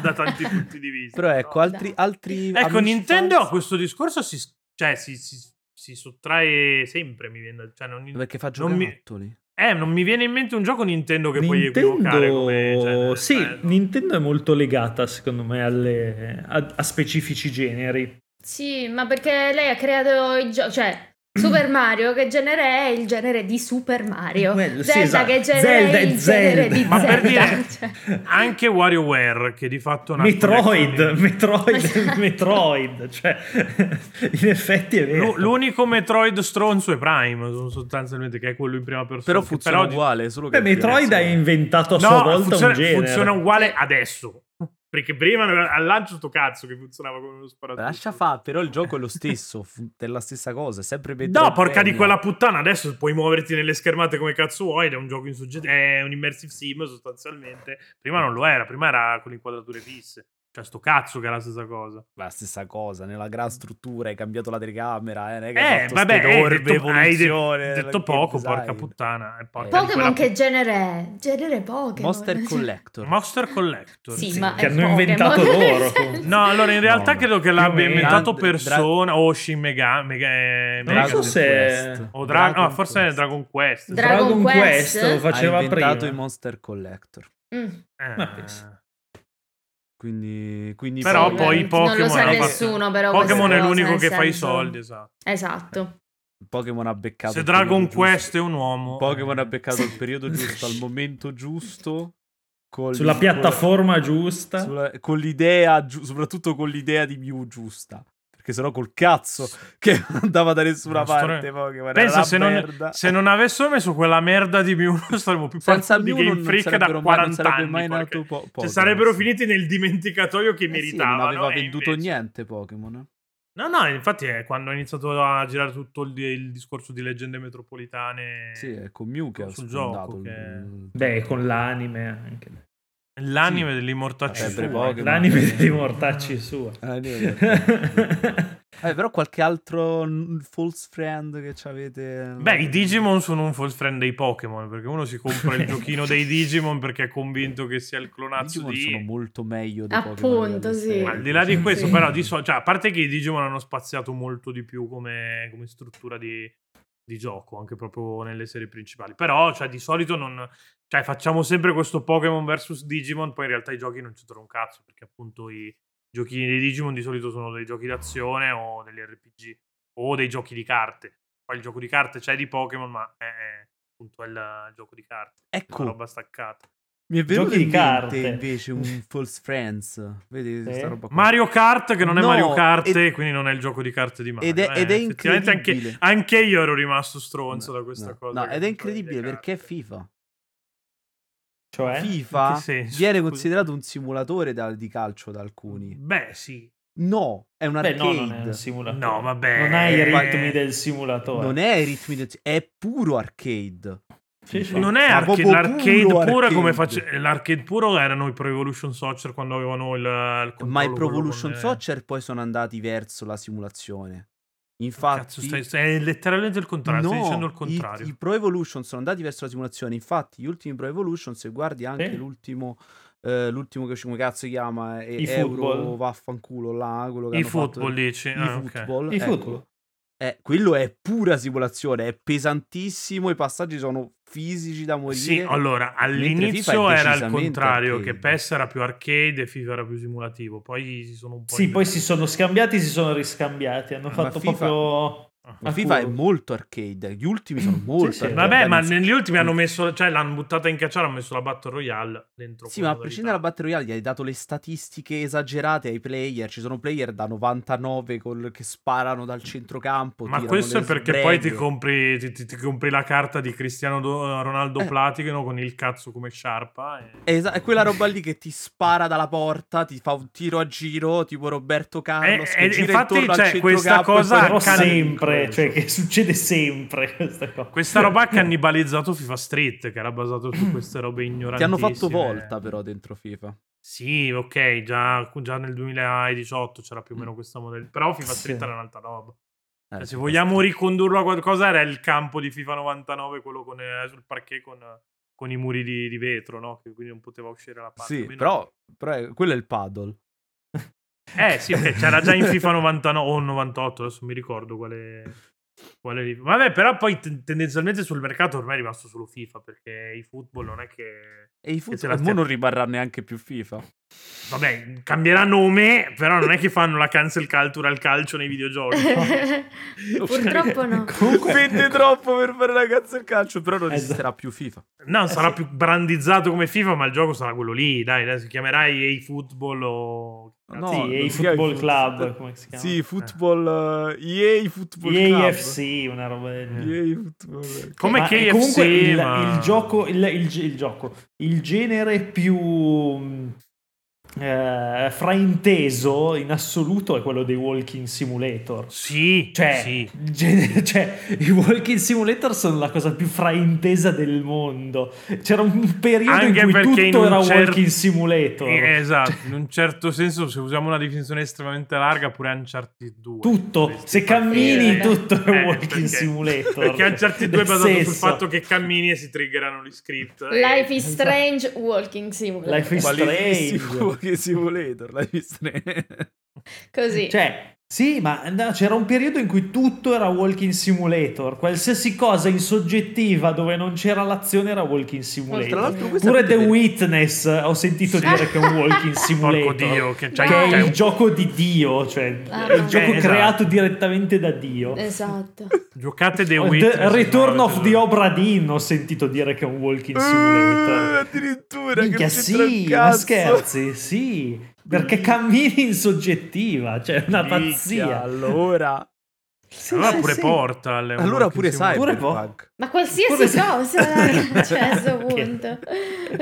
da tanti punti di vista. Però ecco, altri... altri Ecco, amici Nintendo a fans- questo discorso si, cioè, si, si- si sottrae sempre. Mi viene, da- cioè, non, Perché fa Non mi- giocattoli. eh, non mi viene in mente un gioco Nintendo che puoi equivocare. Come, cioè, Nintendo, nel sì, senso. Nintendo è molto legata secondo me alle- a, a specifici generi. Sì, ma perché lei ha creato il gioco, *clears throat* cioè Super Mario che genere è il genere di Super Mario. Quello, sì, Zelda esatto. che genere Zelda è il è Zelda. genere di Ma per Zelda. dire- *laughs* Cioè, Anche WarioWare, che di fatto è una collection Metroid, di- *laughs* Esatto. Metroid, Metroid, cioè in effetti è vero. L'u- L'unico Metroid stronzo è Prime, sono sostanzialmente, che è quello in prima persona. Però che funziona di- uguale, solo che... Beh, Metroid ha inventato a sua No, volta funziona, un genere. funziona uguale adesso. Perché prima non era- al lancio sto cazzo che funzionava come uno sparatutto. Lascia fa, però il gioco è *laughs* lo stesso, fu- è la stessa cosa, è sempre No, porca Metroidvania. di quella puttana, adesso puoi muoverti nelle schermate come cazzo vuoi, ed è un gioco in soggetto, è un immersive sim sostanzialmente. Prima non lo era, prima era con le inquadrature fisse. Cioè sto cazzo che è la stessa cosa. La stessa cosa, nella gran struttura, hai cambiato la telecamera, eh, non è che hai Eh, fatto vabbè, ste eh, orbe detto, hai de- evoluzione, detto perché poco, design. porca puttana. Eh, porca di quella Pokémon che genere è? Genere Pokémon. Monster Cioè, Collector. Monster Collector. Sì, Sì, ma che è hanno Pokémon. *laughs* inventato loro, comunque. No, allora in realtà no. credo che l'abbia meno. inventato Dra- dra- persona o Shin Mega, Mega, eh, Non Mega- so se- o Dra- Dragon no, forse Quest. è Dragon Quest. Dra- Dragon Quest? lo ha faceva inventato prima. i Monster Collector. Mm. Eh, Ma pensa. Quindi, quindi Però Sì, poi non Pokémon lo sa hanno fatto- nessuno, però Pokémon questa è cosa, l'unico nel che fa i senso- soldi, esatto. Esatto. Pokémon ha beccato Se il periodo Dragon giusto. Quest è un uomo, eh. Pokémon ha beccato il *laughs* periodo giusto al momento giusto col- Sulla piattaforma giusta. sulla- con l'idea giu- soprattutto con l'idea di Mew giusta perché sennò col cazzo che *laughs* non andava da nessuna Una storia- parte Pokémon era Pensa una se non, merda. se non avessero messo quella merda di Mew, *laughs* non saremmo più senza parlando Mew di Game non Freak da sarebbero mai- non 40 sarebbe anni. mai porca- nato po- cioè, Pokémon. sarebbero finiti nel dimenticatoio che Eh sì, meritavano. non aveva e venduto invece- niente Pokémon eh. No, no, infatti è quando ha iniziato a girare tutto il, il discorso di leggende metropolitane. sì è con Mew che ha Eh, Sul sfondato gioco il- che- Beh, con l'anime anche. L'anime Sì. dell'immortacci Sempre sua. Pokémon. L'anime dei mortacci sua. Ah, lì- *laughs* Eh, però qualche altro n- false friend che ci avete Beh, i Digimon sono un false friend dei Pokémon, perché uno si compra *laughs* il giochino dei Digimon perché è convinto che sia il clonazzo Digimon di... sono molto meglio di Appunto, Pokémon della sì. serie. Ma al di là di questo, Sì. però, di so- cioè, a parte che i Digimon hanno spaziato molto di più come, come struttura di, di gioco, anche proprio nelle serie principali. Però, cioè, di solito non. Cioè, facciamo sempre questo Pokémon vs Digimon, poi in realtà i giochi non c'entrano un cazzo, perché appunto i giochini dei Digimon di solito sono dei giochi d'azione o degli RPG o dei giochi di carte. Poi il gioco di carte c'è di Pokémon, ma è, è appunto è il gioco di carte, una Ecco, roba staccata. mi è venuto Giochi in di mente carte. *laughs* invece un False Friends. Vedi Sì. questa roba qua. Mario Kart che non è No, Mario Kart ed- e quindi non è il gioco di carte di Mario ed è, eh, ed è effettivamente incredibile. anche, anche io ero rimasto stronzo No, da questa no, cosa No, che "Eh, ed è non trovi le incredibile perché è carte. Eh? FIFA. *laughs* Cioè, In FIFA che senso? viene Scusa. considerato un simulatore da- di calcio da alcuni. beh sì No, è un beh, no, arcade. non è un simulatore. no vabbè Non hai i Eh, ritmi del simulatore. non è i ritmi del- è puro arcade. Sì, sì. non è Ma arca- proprio l'arcade puro puro, come arcade. face- eh, l'arcade puro erano i Pro Evolution Soccer quando avevano il, il controllo Ma i quello Pro con eh, Evolution le- Soccer poi sono andati verso la simulazione. Cazzo, Infatti, stai- stai- è letteralmente il contrario stai No, dicendo il i- contrario I, Pro Evolution sono andati verso la simulazione. Infatti, gli ultimi Pro Evolution, se guardi anche Sì. l'ultimo. eh, l'ultimo che uscì, come cazzo si chiama E- I Euro football. vaffanculo là, quello che i hanno fatto- football dici i Ah, ok. football, I ecco. football. Eh, quello è pura simulazione, è pesantissimo, i passaggi sono fisici da morire. Sì, allora mentre all'inizio FIFA è era il decisamente contrario, arcade. che PES era più arcade e FIFA era più simulativo. Poi si sono un po'. Sì, poi inventati. si sono scambiati, si sono riscambiati. Hanno Ma fatto FIFA proprio Ma FIFA è molto arcade, gli ultimi sono molto sì. arcade. Vabbè, ma Sì, negli ultimi hanno messo, cioè l'hanno buttata in cacciare, hanno messo la Battle Royale dentro. Sì, quella ma a prescindere dalla modalità. Battle Royale, gli hai dato le statistiche esagerate ai player. Ci sono player da 99 col- che sparano dal centrocampo. Ma tirano questo è le perché poi ti sbrede. compri, ti, ti- ti compri la carta di Cristiano Do- Ronaldo Eh. Platino con il cazzo come sciarpa. e- Esa- è quella roba lì che ti spara dalla porta, ti fa un tiro a giro, tipo Roberto Carlos. Eh, che eh, gira infatti, intorno al cioè, questa centrocampo e cosa poi Però Ah, cane- sempre, quello. cioè che succede sempre questa cosa. Questa *laughs* roba *laughs* ha cannibalizzato FIFA Street, che era basato su queste robe ignoranti. Ti hanno fatto volta Eh. però dentro FIFA. Sì, ok, già, già nel 2018 c'era più o meno questa modalità. Però FIFA Sì. Street era un'altra roba. Eh, Cioè, se sì, vogliamo questo- ricondurlo a qualcosa, era il campo di FIFA 99, quello con, eh, sul parquet con, con i muri di, di vetro, no? Che quindi non poteva uscire la palla. Sì, Almeno- però, però è- quello è il paddle. Eh sì, beh, c'era già in FIFA 99 o 98, adesso non mi ricordo quale... quale... Vabbè, però poi t- tendenzialmente sul mercato ormai è rimasto solo FIFA, perché i football non è che... E te la i football mo stia- non rimarrà neanche più FIFA. *laughs* Vabbè, cambierà nome, però non è che fanno la cancel culture al calcio nei videogiochi. *laughs* Eh, Oh. *laughs* *laughs* Purtroppo no. Vende troppo per fare la cazzo il calcio, però non Esatto. esisterà più FIFA. No, sarà Eh, sì. più brandizzato come FIFA, ma il gioco sarà quello lì, dai, adesso si chiamerà EA Football o... No, sì, non EA si Football chiama il Club, foot- come si chiama? Sì, football eh, EA Football Club. EA FC, una roba del genere. EA Football. Come Ma eh, KFC, comunque il, ma- il gioco, il, il ge- il gioco, il genere più mh, eh, frainteso in assoluto è quello dei Walking Simulator. Sì, Cioè, sì. il genere- *laughs* cioè, i Walking Simulator sono la cosa più fraintesa del mondo. C'era un periodo Anche in cui perché tutto in un era cer- Walking Simulator. Cioè. Eh, esatto, in un certo senso, se usiamo una definizione estremamente larga, pure Uncharted 2. tutto, Dovresti se far- cammini Eh, tutto è eh, un Walking perché- Simulator. Perché Uncharted 2 è Nel basato sul senso, fatto che cammini e si triggerano gli script. Eh, e- Life is Strange Walking Simulator. Life is Strange. che simulator, l'hai visto? Eh, Così. Cioè, sì, ma no, c'era un periodo in cui tutto era walking simulator, qualsiasi cosa in soggettiva dove non c'era l'azione era walking Tra simulator. l'altro, voi Pure The sapete- Witness eh, ho sentito dire che è un walking Porco simulator. Dio, che c'hai Che è Dai. c'hai il gioco di Dio, cioè Ah. è il gioco Eh, esatto. creato direttamente da Dio. Esatto. Giocate The The Witness. Return no? of the Obra Dinn ho sentito dire che è un walking Eh, simulator. addirittura che Minchia, non c'entra sì, un ma cazzo. scherzi, sì, perché cammini in soggettiva, cioè è una Minchia, pazzia. Allora, Sì, Allora sì, pure sì. Portal. è un allora walking pure simulator. Pure Cyberpunk. Ma qualsiasi Pure- cosa, cioè a questo Perché? punto.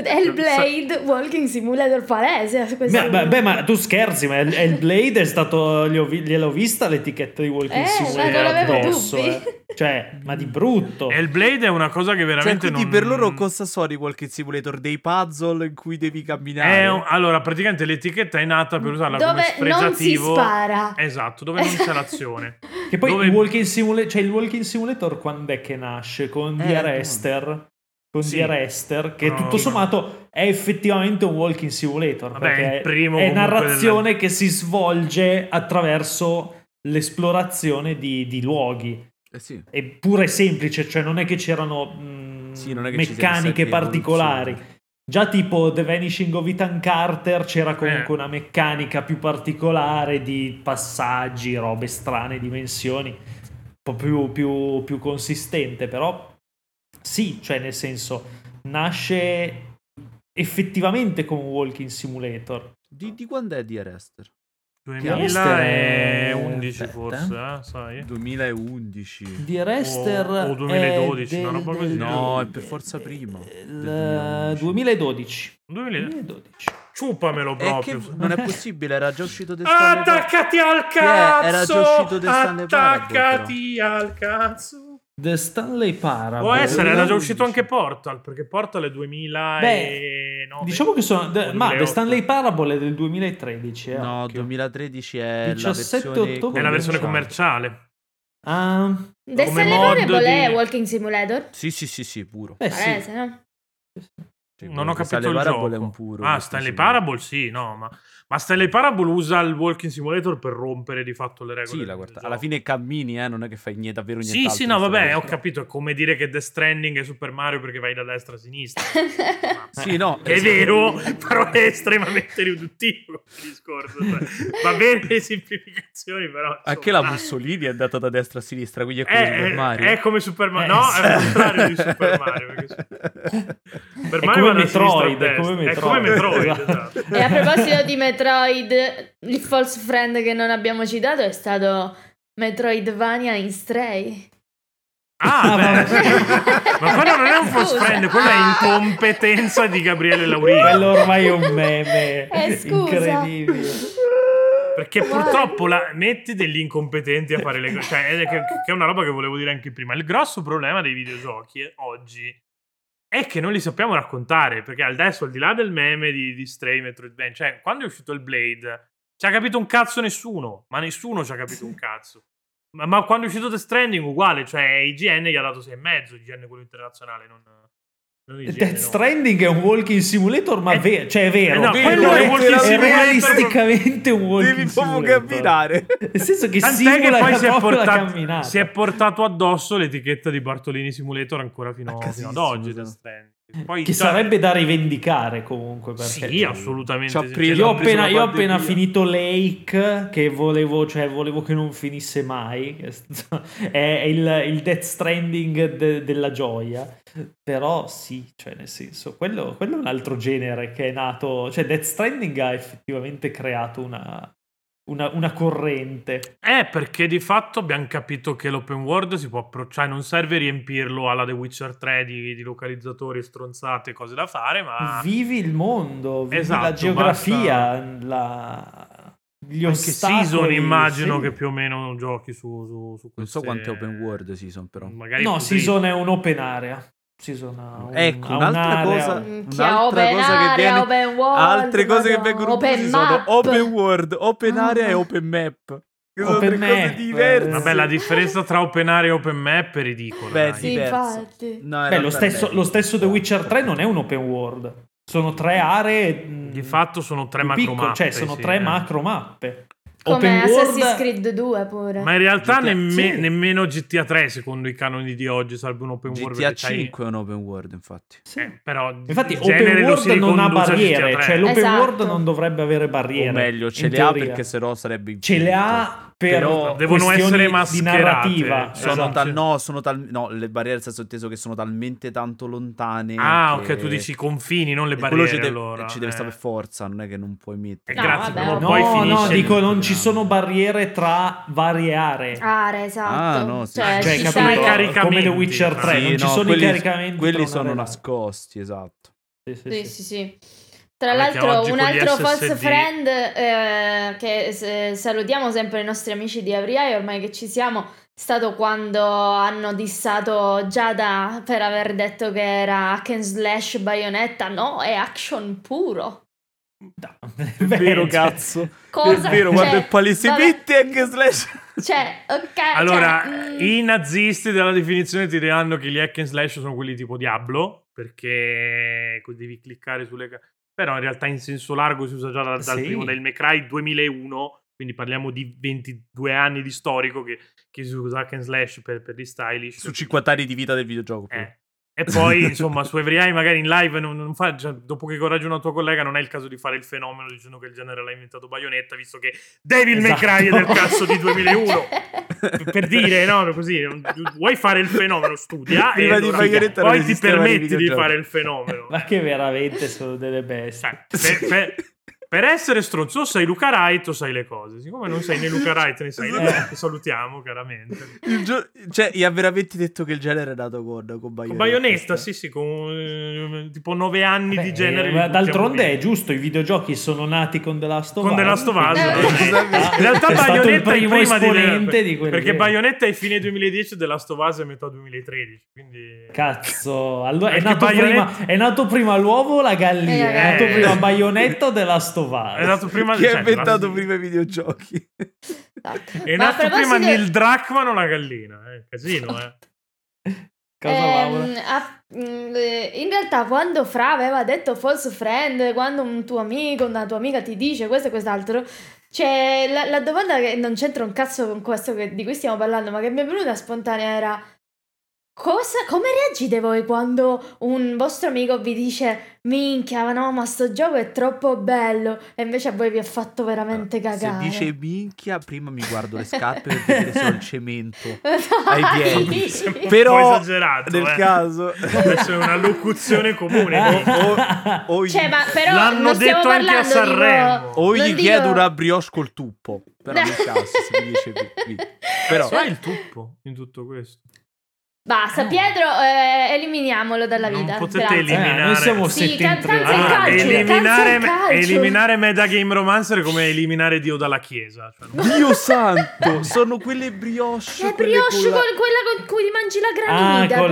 Hellblade Walking Simulator palese. a questo Esatto. Ma- ma- punto. beh, ma tu scherzi, ma il il Blade è stato. gli ho vi- Gliel'ho vista l'etichetta di Walking Eh, Simulator. ma non avevo addosso, dubbi. eh. Cioè, ma di brutto. E il Blade è una cosa che Certo. Cioè, veramente quindi non... per loro cosa sono i qualche simulator? Dei puzzle in cui devi camminare? È un- allora, praticamente l'etichetta è nata per usarla come dove sfregativo. non si spara. Esatto, dove non c'è *laughs* l'azione. Che poi dove- il, walking simula- cioè, il Walking Simulator quando è che nasce? Con Eh, The Arrester. Con Sì. The Arrester, che No, tutto no. sommato è effettivamente un Walking Simulator. Vabbè, perché il primo è comunque narrazione che si svolge attraverso l'esplorazione di, di luoghi. Eh sì. Eppure è semplice, cioè non è che c'erano mh, Sì, non è che ci siano meccaniche state particolari. evoluzioni. Già tipo The Vanishing of Ethan Carter c'era comunque Eh. una meccanica più particolare di passaggi, robe strane, dimensioni, un po' più, più- più consistente, però sì, cioè nel senso nasce effettivamente come un walking simulator. Di, di quando è di Arrester? è- 2011 Aspetta, forse, eh, sai? 2011. Di Rester O- o 2012, una roba così. No, è per forza prima, del Il 2012. 2000... 2012 Ciupamelo È che proprio. non è possibile, era già *laughs* uscito The Stanley Parable. Attaccati al Yeah, era cazzo! già uscito The Stanley Parable, Attaccati al cazzo! The Stanley Ah, Parable. Può essere, era già 2011. uscito anche Portal, perché Portal è 2009. Diciamo che sono. O ma 2008. The Stanley Parable è del 2013. eh, No, occhio. 2013 è 17 la versione ottobre. È la versione commerciale. Ah, The come Stanley mod Parable di- è Walking Simulator? Sì, sì, sì, sì, puro. eh sì. Palese, no? non ho capito il Stanley Parable gioco. è un puro. ah, questo, Stanley sì. Parable sì, no, ma, ma Stanley Parable usa il Walking Simulator per rompere di fatto le regole. Sì, la del guarda- gioco. alla fine cammini, eh, non è che fai niente, davvero niente. Sì, sì, no, vabbè, ho capito. È come dire che Death Stranding è Super Mario perché vai da destra a *laughs* sinistra. *laughs* Sì, no, Che *laughs* è vero, però è estremamente riduttivo il discorso. cioè, va bene le semplificazioni, però... insomma, Anche la dai. Mussolini è andata da destra a sinistra, quindi è come Super È, è- Mario. è come Super Mario. Eh, No, sì. è il eh, ecco, contrario di Super Mario. *laughs* perché Super È Mario come va da sinistra a Metroid, è destra. come È come Metroid. Metroid, *laughs* Esatto. esatto. *laughs* E a proposito di Metroid, il false friend che non abbiamo citato è stato Metroidvania in Stray. Ah, Ah, beh. ma quello non è un false Scusa. friend, quella è incompetenza di Gabriele Laurini. Quello ormai è un meme Eh, scusa. incredibile. Perché purtroppo la, metti degli incompetenti a fare le cose, cioè, è che, che è una roba che volevo dire anche prima. Il grosso problema dei videogiochi eh, oggi è che non li sappiamo raccontare, perché adesso al di là del meme di, di Stray Metroidvania, cioè quando è uscito il Blade, ci ha capito un cazzo nessuno, ma nessuno ci ha capito un cazzo. Ma, ma quando è uscito The Stranding uguale, cioè IGN gli ha dato 6,5, IGN quello internazionale, non... non IGN, Death no. Stranding è un walking simulator, ma Eh, ve- cioè è vero. eh no, Vero, quello è un walking simulator. realisticamente un walking Devi proprio simulator. camminare. Nel senso che Tant'è che simula poi la si è, proprio la portato, camminata. si è portato addosso l'etichetta di Bartolini Simulator ancora fino, Ah, fino casissimo, ad oggi. sì. Death Stranding. Poi, Che cioè, sarebbe da rivendicare comunque. Perché Sì, assolutamente. Ci ha sì, preso- cioè, Io ho l'ha preso appena, la io ho appena pandemia. finito Lake, che volevo, cioè, volevo che non finisse mai. *laughs* È il, il Death Stranding de- della gioia. Però sì, cioè, nel senso, quello, quello è un altro genere che è nato. Cioè, Death Stranding ha effettivamente creato una, una- una corrente. Eh, perché di fatto abbiamo capito che l'open world si può approcciare, non serve riempirlo alla The Witcher 3 di, di localizzatori stronzate e cose da fare, ma... Vivi il mondo, vivi Ah. Esatto, la geografia, la- gli anche ostacoli. Season immagino sì. che più o meno giochi su, su, su Non queste- so quante open world si sono, però. Magari No, così. Season è un open area. Season ha un, Ecco, ha un'altra un'area. cosa, Minchia, un'altra Mm, open cosa che area, viene open world, altre cose che madonna. vengono open open sono map. open world, open Ah. area e open map. Che sono tre Open cose map, diverse. eh. *laughs* Vabbè, la differenza tra open area e open map è ridicola. Beh, dai. sì, Sì, diverso. infatti. No, in Beh, lo realtà stesso, è lo stesso The Witcher 3 non è un open world. Sono tre aree. mh, Di fatto sono tre più macro piccole, mappe, Cioè, sono sì, tre eh. macro mappe. Come open world- Assassin's Creed 2 pure. Ma in realtà GTA nemme- sì. nemmeno GTA 3, secondo i canoni di oggi, sarebbe un open world. GTA perché c'hai- 5 è un open world, infatti. Sì. Eh, però Infatti, il genere open lo si world non ha riconduce a GTA barriere. 3. Cioè, l'open Esatto. world non dovrebbe avere barriere. o meglio, ce in le ha teoria. perché sennò sarebbe ce le infinito. ha per Però devono questioni essere di mascherate. narrativa. Cioè, Sono Esatto. tal- no, sono tal- no, le barriere nel senso inteso che sono talmente tanto lontane. Ah, Eh, che- ok, tu dici i confini, non le e quello barriere. ci deve, allora. ci deve eh. stare per forza, non è che non puoi mettere. Eh, No, grazie, vabbè, però vabbè. No, poi no, finisce. dico non ci sono barriere tra varie aree. Are, esatto. Ah, no, sì, Cioè, sì. cioè, ci capito. sai- I carichi- capito? Come caricamenti. The Witcher 3, Sì, non ci no, sono quelli, i caricamenti. quelli tra una sono arena. nascosti, esatto. Sì, sì, Sì, sì. sì, sì. Tra Vabbè, che oggi l'altro, un con gli altro false SSD. friend eh, che se- salutiamo sempre i nostri amici di Avriai, ormai che ci siamo, è stato quando hanno dissato Giada per aver detto che era hack and slash baionetta. No, è action puro. No. *laughs* È Beh, vero, cioè, cazzo. Cosa? È vero, cioè, guarda, è palesemente anche slash. vabbè, Cioè, ok. Allora, cioè, mm, i nazisti della definizione ti diranno che gli hack and slash sono quelli tipo Diablo, perché co- devi cliccare sulle... ca- Però in realtà in senso largo si usa già da- dal Sì. primo del Cry 2001, quindi parliamo di 22 anni di storico che, che si usa hack and slash per, per gli stylish. Su 50 anni di vita del videogioco. poi. Eh. E poi, insomma, su Every Eye magari in live non, non fa, cioè, dopo che coraggi una tua collega non è il caso di fare il fenomeno dicendo che il genere l'ha inventato Bayonetta, visto che Devil May Cry è del cazzo di *laughs* 2001. P- per dire, *laughs* no, così non- vuoi fare il fenomeno, studia e Prima di allora- Bayonetta non poi ti esistevano i permetti di videogiochi. fare il *laughs* fenomeno. Ma che veramente sono delle bestie. Cioè, *laughs* per, per- per essere stronzo, o sei Luca Wright o sai le cose. Siccome non sei né Luca Wright né sai le Esatto. cose, ti salutiamo chiaramente. Il gio- cioè, gli ha veramente detto che il genere è nato con, con Con Bayonetta. Bayonetta, sì, sì, con eh, tipo nove anni Beh, di genere. ma li eh, d'altronde buttiamo è giusto, i videogiochi sono nati con The Last of Con The Last of Us, quindi- eh. via. In realtà è stato il Bayonetta è primo prima di esponente di quelli Perché che- Bayonetta è fine 2010 della Stovase è metà 2013, quindi Cazzo, allora è Perché nato, Bayonet- prima, è nato prima l'uovo o la gallina? Eh, è nato eh. prima Baionetta o The Last of Us? è nato prima *laughs* Chi cioè, ha inventato la- prima i videogiochi? esatto. È Ma a nato prima proposito- *laughs* Neil Drachman o la gallina, eh? casino, eh. Causa Ehm, Laura. a- mm, eh, in realtà quando Fra aveva detto false friend, quando un tuo amico, una tua amica ti dice questo e quest'altro, cioè la, la domanda che non c'entra un cazzo con questo che- di cui stiamo parlando, ma che mi è venuta spontanea era cosa, come reagite voi quando un vostro amico vi dice minchia, ma no, ma sto gioco è troppo bello e invece a voi vi ha fatto veramente Ah, Se cagare? *laughs* dice minchia, prima mi guardo le scarpe per vedere se ho il *laughs* cemento. ai piedi. Sembra un Però, po' esagerato, Nel eh. caso... C'è una locuzione comune. o, o- o Cioè, gli- ma Eh. però L'hanno non stiamo detto anche a parlando, dico- Sanremo. o gli non dico- chiedo una brioche col tuppo. Però *laughs* nel caso si dice qui. Però Sai il tuppo in tutto questo? Basta, Pietro, eh, eliminiamolo dalla Non vita. potete grazie. Eh, eliminare. Ah, noi siamo Sì, settentrionali. cantanti Allora, calcio, eliminare, danza al calcio. eliminare Metagame Romancer è come eliminare Dio dalla chiesa. Cioè, non- *laughs* Dio santo, sono quelle brioche. La quelle Eh, brioche con la- con quella con cui ti mangi la Ah, granita, col,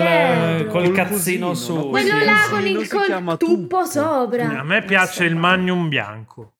Pietro. col Col cazzino cosino, su. no? quello sì, là sì, con non il si col chiama tuppo tuppo. sopra. A me piace il magnum bianco.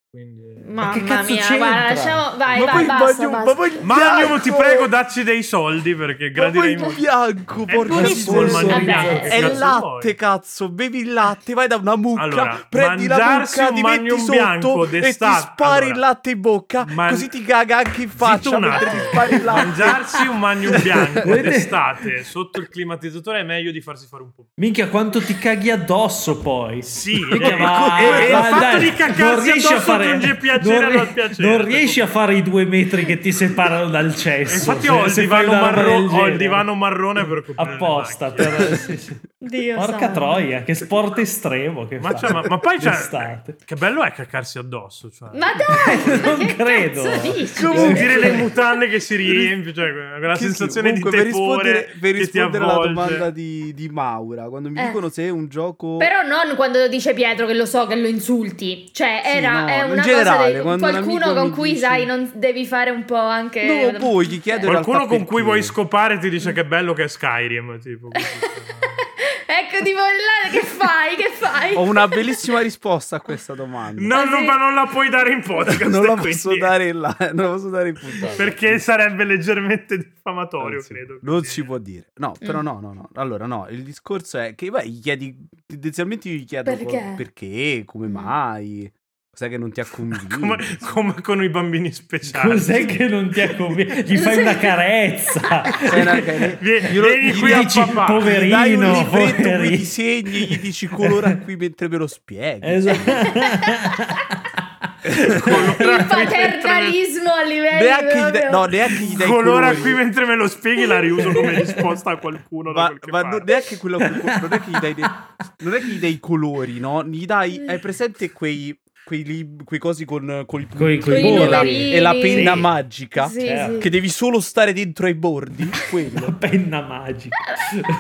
Mamma che cazzo mia, c'entra? guarda, lasciamo- vai, vai, poi il basta, bagno- basta. ma poi il Magnum, bianco! ti prego, dacci dei soldi perché Ma poi gradirei il molto. bianco, È porca buonissimo il miseria. magnum Vabbè, bianco. È che il cazzo latte, vuoi? cazzo. Bevi il latte, vai da una mucca, Allora, prendi la mangiarsi mucca, un ti Magnum metti Bianco sotto e ti d'estate- spari allora, il latte in bocca, man- così ti caga anche in faccia Zitto un mentre ti *laughs* attimo. spari il latte. Mangiarsi un magnum *laughs* bianco Vedete? d'estate sotto il climatizzatore è meglio di farsi fare un po'. Minchia, quanto ti caghi addosso poi. Sì, Minchia, eh, ma- e- e il ma fatto dai, di caccarsi non riesci a addosso fare- aggiunge piacere non ri- al piacere. Non riesci a fare i due metri che ti separano dal cesso. Eh, Infatti se- ho il, se fai divano una marro- roba del ho il genere. divano marrone per coprire le apposta. macchie. per- sì, sì. Dio Porca santo. troia, che sport estremo che *laughs* Ma, fa. cioè, ma- ma poi c'è... Eh, D'estate. Che bello è caccarsi addosso. Cioè. Ma dai, Non ma che credo. cazzo dici? Comunque- Sentire le mutande che si riempiono, cioè quella Che sensazione schifo. di Comunque, tepore per rispondere, per che ti rispondere alla avvolge. domanda di, di Maura, quando mi Eh. dicono se è un gioco Però non quando dice Pietro che lo so che lo insulti. Cioè, Sì, era, no, è in una generale, cosa di quando un qualcuno amico con mi cui dice- sai non devi fare un po' anche No, poi *laughs* gli chiedo in Qualcuno realtà con cui perché. vuoi scopare ti dice che è bello che è Skyrim, tipo. così. ecco, tipo là, che fai? Che fai? Ho una bellissima risposta a questa domanda. No, no, sì. ma non la puoi dare in podcast. non la *laughs* quindi- posso dare in là, non la posso dare in puntata. Perché sarebbe leggermente diffamatorio, Anzi, credo. Mm. Non quindi- si può dire. No, però no, no, no. Allora, no, il discorso è che beh, gli chiedi tendenzialmente io gli chiedo Perché? co- perché, come Mm. mai? Cos'è che non ti ha *laughs* convinto? Come, come con i bambini speciali. Cos'è che non *laughs* ti accompagna? Gli fai una carezza. Sei Cioè, una care- Vie- Glielo- vieni gli qui a dici, papà. poverino. Gli dai un Carino, libretto con poveri. i disegni e gli dici colora qui mentre me lo spieghi. Esatto. Colora *laughs* Il qui mentre me- *laughs* paternalismo a livelli Neanche gli, dai- proprio- no, neanche gli dai i Colora colori. qui mentre me lo spieghi la riuso come risposta a qualcuno. da Ma, qualche ma parte. non, neanche quello, non, è che gli *laughs* dai dei, non è che gli dai i colori, no? Gli dai, hai presente quei, quei, lib- quei cosi con, con i punti Coi- coi e la- numerini. e la penna Sì. magica? Sì, Certo. sì. Che devi solo stare dentro ai bordi, *laughs* La quello. penna magica.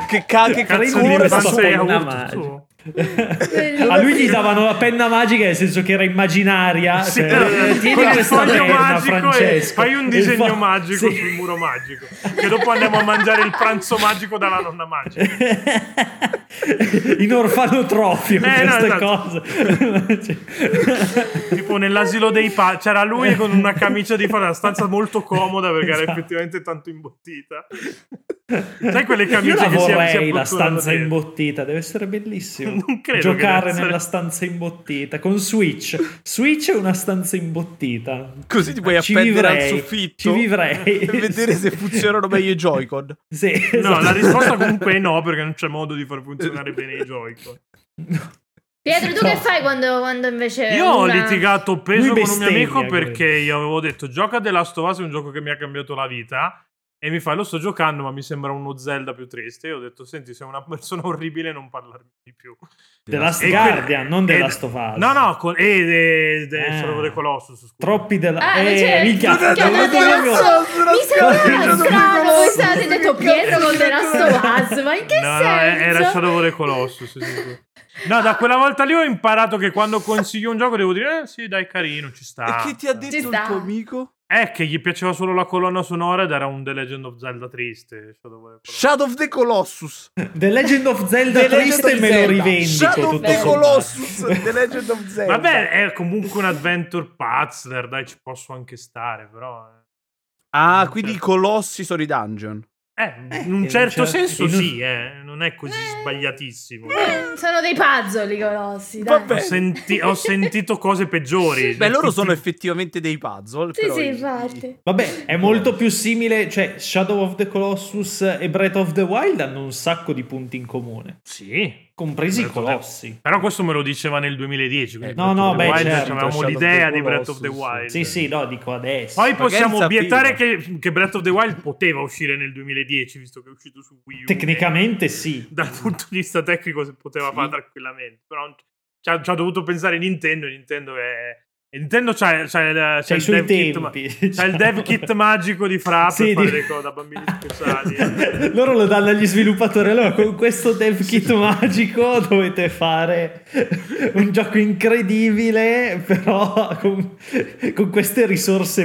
Che cazzo, che Cazzo Carino, di colore sta infanzia sono? hai penna avuto magica. tu? *laughs* A lui gli davano la penna magica nel senso che era immaginaria. Sì, cioè, eh, tieni con il questa foglio penna, magico e Francesco. fai un E disegno fa- magico sì. sul muro magico. Che dopo andiamo a mangiare il pranzo magico dalla nonna magica. *laughs* In orfanotrofio, Eh, no, queste esatto. cose. Cioè- Tipo nell'asilo dei pa c'era lui con una camicia di fare una stanza molto comoda perché era Esatto. effettivamente tanto imbottita. Sai quelle camicie Io la che si- si vorrei la abbottonano stanza dietro? imbottita, deve essere *laughs* bellissimo. Non credo che Giocare deve nella essere- stanza imbottita con Switch. Switch è una stanza imbottita. Così ti puoi Ci appendere al vivrei, soffitto Ci vivrei. e vedere se funzionano meglio i Joy-Con. Sì, No, esatto. Eh, la risposta comunque è no perché non c'è modo di far funzionare bene i Joy-Con. Pietro, tu che No. fai quando, quando invece. Io ho una- litigato peso Lui con un mio amico bestemmia, perché credo. io avevo detto gioca The Last of Us, è un gioco che mi ha cambiato la vita. E mi fa, lo sto giocando, ma mi sembra uno Zelda più triste. E ho detto, senti, sei una persona *laughs* orribile, non parlarmi di più. The Last E que- Guardian, non The e- Last of Us. No, no, con... e eh, eh, Ah. Shadow of the Colossus, scusa. Troppi della... Ah, eh, cioè, minchia, minchia, non della lo Last so. of Us- Mi *laughs* sembrava strano questa avete detto Pietro con The Last of Us, ma in che no, senso? no, eh, era Shadow of the Colossus. sì, sì. No, da quella volta lì ho imparato che quando consiglio un gioco devo dire, eh sì, dai, carino, ci sta. E che ti ha detto Ci il sta. tuo amico? È che gli piaceva solo la colonna sonora ed era un The Legend of Zelda triste. Shadow of the Colossus. Shadow of the Colossus. The Legend of Zelda The Legend triste of me lo Zelda. rivendico. Shadow of tutto the sommato. Colossus The Legend of Zelda Vabbè, è comunque un adventure puzzler, dai, ci posso anche stare, però... eh. ah quindi i colossi sono i dungeon Eh, in in un un certo cer- senso in un- sì, eh, non è così sbagliatissimo. Eh, Sono dei puzzoli grossi, dai. Ho, Vabbè. senti- ho sentito cose peggiori. Beh, loro sono effettivamente dei puzzle. *laughs* Sì, però sì, i- *laughs* infatti. Vabbè, è molto più simile, cioè Shadow of the Colossus e Breath of the Wild hanno un sacco di punti in comune, Sì. compresi i Breath of the- colossi. Però questo me lo diceva nel 2010. quindi Eh, Breath no, of no, the beh, Wild, certo, avevamo Shadow of the l'idea di Breath of the Colossus, Wild. sì, Sì, sì, no, dico adesso. Poi possiamo Magari obiettare che, che Breath of the Wild poteva uscire nel 2010, visto che è uscito su Wii U. Tecnicamente sì. Dal punto di vista tecnico si poteva Sì. fare tranquillamente. Però non- ci ha, ci ha dovuto pensare Nintendo. e Nintendo è... e Nintendo c'ha, c'ha il, c'ha C'è i il suoi dev kit, ma- Cioè, tempi. c'ha il diciamo. dev kit magico di Fra per Sì, fare di- le cose da *laughs* bambini speciali. Loro lo danno agli sviluppatori. Allora, con questo dev kit magico dovete fare un gioco incredibile, però con, con queste risorse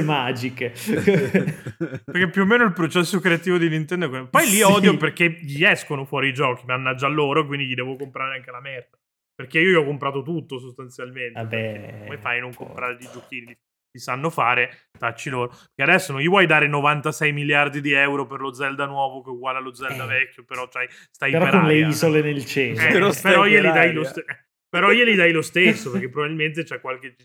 *laughs* magiche. Perché più o meno il processo creativo di Nintendo è quello. Poi li Sì. odio perché gli escono fuori i giochi, mannaggia loro, quindi gli devo comprare anche la merda. Perché io gli ho comprato tutto sostanzialmente. Vabbè. perché Come fai a non comprare di giochini? Li sanno fare, tacci loro. Che adesso non gli vuoi dare 96 miliardi di euro per lo Zelda nuovo che è uguale allo Zelda Eh. vecchio, però c'hai, stai Però per con le aria. isole nel Eh, centro. Però però, stai per glieli dai aria. lo ste- però glieli dai lo stesso, perché probabilmente c'è qualche...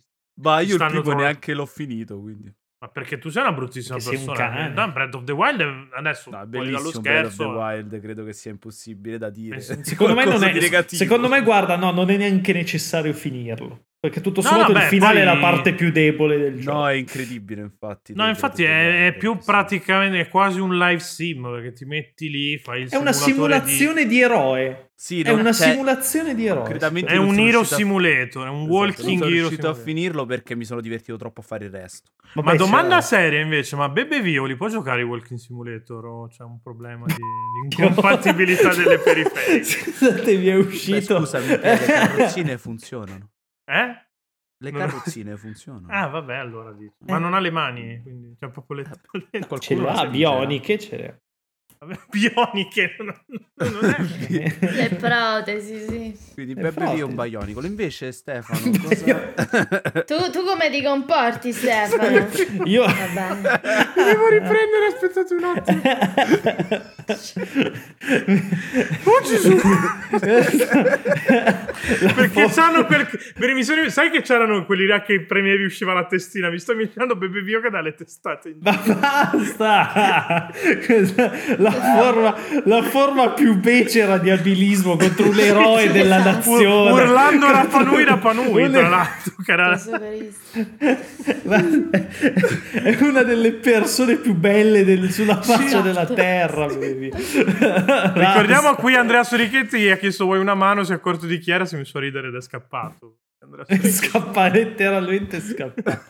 Ma Ci io il stanno primo trovando- neanche l'ho finito, quindi. Ma perché tu sei una bruttissima Perché sei un persona. cane. Dan Breath of the Wild è- adesso No, è fuori dallo bellissimo Breath of the scherzo. Wild, credo che sia impossibile da dire. *laughs* Penso- Secondo me, non Qualcosa di è, negativo. secondo me, guarda, no, non è neanche necessario finirlo. Perché tutto No, sommato vabbè, il finale è la poi- parte più debole del gioco. No, è incredibile, infatti. No, del infatti Breath of the è, Wild, è più questo. praticamente è quasi un live sim perché ti metti lì, fai il è una simulatore di- simulazione di, eroe. Sì, È non- una cioè, simulazione di eroe. concretamente È non un sono Hero riuscito a- Simulator, è un Esatto, Non walking Hero sono riuscito a Simulator. finirlo perché mi sono divertito troppo a fare il resto. Vabbè, Ma domanda cioè, seria invece, ma Bebe Violi può giocare i walking simulator o c'è un problema *laughs* di di incompatibilità delle periferiche? Scusate, esatto, mi Beh, è uscito. scusami, *laughs* Pier, le carrozzine funzionano. Eh? Le No, no. carrozzine funzionano. Ah, vabbè, allora dici. Eh. Ma non ha le mani, quindi c'è proprio le le- Qualcuno ce lo sa l'ha, che bioniche ce l'ha. *laughs* vabbè, bioniche. Non, non è... Le protesi, sì. c'era. Quindi È Beppe lì è un forte. bionicolo. Invece *laughs* Stefano Eh. cosa... Tu, tu come ti comporti, *laughs* Stefano? Io... Va bene. Mi devo riprendere, aspettate un attimo. La Perché fo- sanno quel. per- mi sono- sai che c'erano quelli là che premiavi usciva la testina? Mi sto immaginando Bebe Vio che dà le testate. in- Ma basta! Questa- La forma, la forma più becera di abilismo contro un eroe della Ur- nazione. urlando Rapanui Rapanui, Un- tra l'altro. che era- Sono superissimo. *laughs* è una delle persone più belle del- sulla faccia Certo. della terra. baby. Ricordiamo qui Andrea Sorichetti gli ha chiesto vuoi una mano, si è accorto di chi era, si è messo a ridere ed è scappato. Andrea Basta. Sorichetti. *laughs* Scappa letteralmente scappa.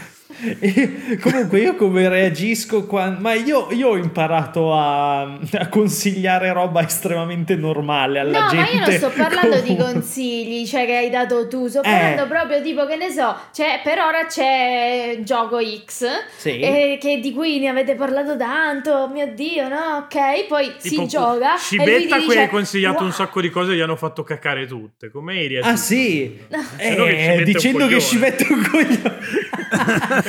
*laughs* E comunque io come reagisco quando... Ma io, io ho imparato a, a consigliare roba estremamente normale alla No, ma gente. io non *laughs* sto parlando di Comunque- consigli, cioè che hai dato tu, sto Eh. parlando proprio tipo che ne so, cioè per ora c'è gioco X Sì. eh, che di cui ne avete parlato tanto, mio Dio, no? Ok, poi Tipo, si gioca e lui ti Scibetta qui dice, hai consigliato "Wow". un sacco di cose e gli hanno fatto cacare tutte. Come eri? Ah sì, Eh, Sennò che ci mette un dicendo che coglione. ci mette un coglione.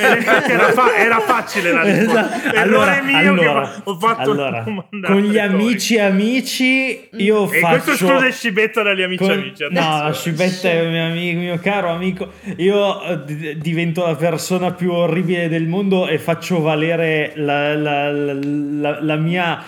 *laughs* Eh, infatti era, fa- era facile la risposta. Esatto. Errore Allora, mio allora, che ho fatto allora, domanda con gli retorica. amici amici Mm. io E faccio... questo scusa è scibetta dagli amici Con- amici. No, attenzione. la scibetta è un mio, amico, mio caro amico. Io eh, di- divento la persona più orribile del mondo e faccio valere la, la- la- la- la mia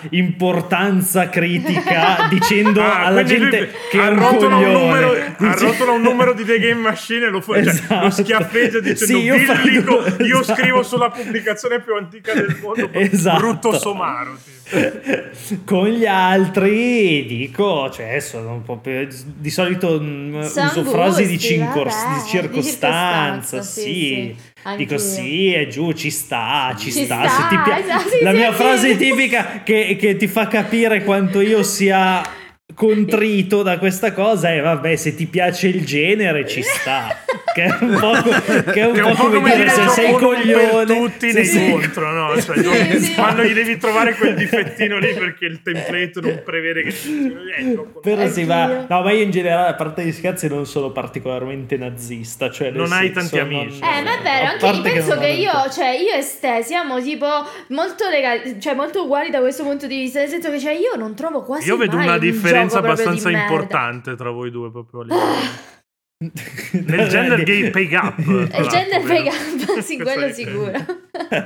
*laughs* importanza critica dicendo Ah, alla quindi lui gente che è un arrotola un coglione. numero, Dice- arrotola un numero di The Game Machine e lo, fa- cioè, Esatto. lo schiaffeggia dicendo Sì, io faccio- "Villico, io esatto. scrivo sulla pubblicazione più antica del mondo Esatto. brutto somaro tipo. *laughs* con gli altri dico cioè sono un po' più di solito mm, Sono uso frasi di, gusti, cincor- vabbè, di circostanza di circostanza, sì, sì, sì. dico Anch'io. sì e giù ci sta ci, Ci sta, sta, se ti pia- esatto, sì, la sì, mia sì. frase tipica che, che ti fa capire quanto io sia *laughs* contrito da questa cosa è vabbè se ti piace il genere ci sta che è un po', che è un Che è un po' po' come dire se gioco sei un coglione per tutti se nei sei- contro, no? Cioè, Sì, non- sì. Quando gli devi trovare quel difettino lì perché il template non prevede che *laughs* Eh, Però si va. Anch'io. No, ma io in generale, a parte gli scherzi, non sono particolarmente nazista. Cioè nel Non hai senso, tanti non- amici. Eh, ma è vero, a anche parte io penso non che ho io, tanti- cioè, io e Ste siamo tipo molto legali, cioè molto uguali da questo punto di vista, nel senso che cioè io non trovo quasi Io vedo mai una un differenza gioco proprio di abbastanza merda. Ah. importante tra voi due proprio lì. Nel Dai, *laughs* gender dai. gay pay gap. E il Esatto, gender vero. pay gap, Eh, *laughs* sì, Questo quello è- sicuro. *laughs*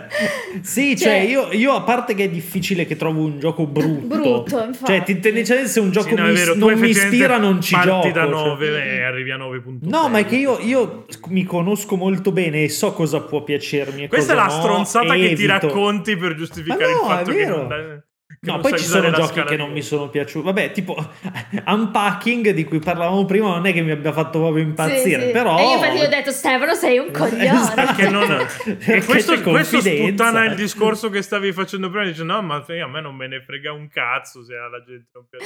Sì, cioè, Cioè- io, io a parte che è difficile che trovo un gioco brutto. Brutto, infatti. Cioè, ti- tendenzialmente se un gioco Sì, no, è mi, vero, tu non mi effettivamente ispira non ci parti gioco. da cioè. 9 e arrivi a 9.3. No, ma è che io, io sc- mi conosco molto bene e so cosa può piacermi. e Questa è cosa la no, stronzata e che ti evito. racconti per giustificare Ma no, il fatto è che vero. non dai- che No, non poi sai ci usare sono la giochi scala che di- non mi sono piaciuti. Vabbè, tipo *laughs* Unpacking di cui parlavamo prima, non è che mi abbia fatto proprio impazzire, Sì, sì. però Esatto. E io infatti gli ho detto, Stefano, sei *laughs* un coglione. Perché non- E Perché questo, c'è questo confidenza. sputtana il discorso che stavi facendo prima. Dice: No, ma a me non me ne frega un cazzo se alla gente non piace.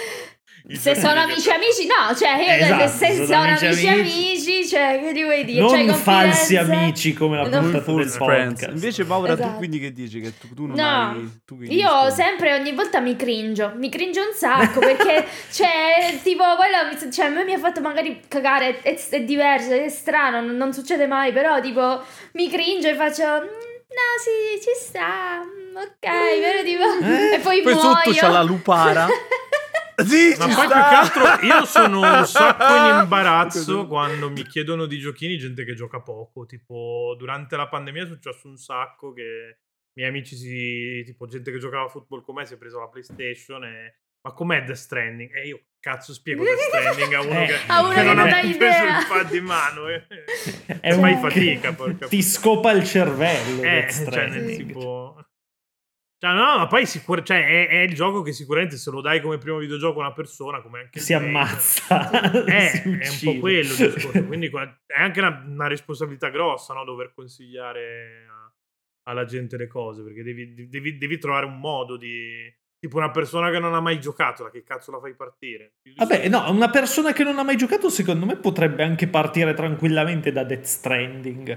i Se giochi sono che- amici amici, no, cioè io ho detto, Esatto, se sono sono, amici, amici amici, amici, cioè che ti vuoi dire? non Cioè, falsi confidenza? amici come la Non- puntata Full del friends. podcast. Invece, Paola, tu Esatto. quindi che dici? Che tu, tu non No, hai. Tu che Io rispondi? sempre ogni volta mi cringio, mi cringio un sacco perché cioè, tipo, quello, cioè, a me mi ha fatto magari cagare, è, è diverso, è strano, non, non succede mai, però tipo mi cringio e faccio "Mm, no, sì, ci sta, mm, ok, però tipo Eh? e poi, Poi muoio. sotto c'ha la *laughs* lupara. Sì, Ma ci poi più che sta. altro io sono *laughs* un sacco in imbarazzo quando mi chiedono di giochini gente che gioca poco. Tipo, durante la pandemia è successo un sacco che i miei amici, si, tipo gente che giocava a football con me, si è presa la PlayStation e... Ma com'è Death Stranding? E io cazzo spiego Death Stranding a uno Eh, che, a uno che non non ha ha mai idea. preso il pad in mano. eh. È Fai un- fatica, porca Cioè, Ti scopa il cervello. eh, Death cioè, nel Stranding. tipo... Cioè, no, ma poi sicur- cioè, è, è il gioco che sicuramente se lo dai come primo videogioco a una persona, come anche il si trailer, *laughs* ammazza. eh, *laughs* si è un uccide. po' quello il *laughs* discorso. Quindi qua- è anche una, una responsabilità grossa no? dover consigliare a- alla gente le cose perché devi, devi- devi trovare un modo di. Tipo una persona che non ha mai giocato, da che cazzo la fai partire? Vabbè, no, una persona che non ha mai giocato, secondo me, potrebbe anche partire tranquillamente da Death Stranding.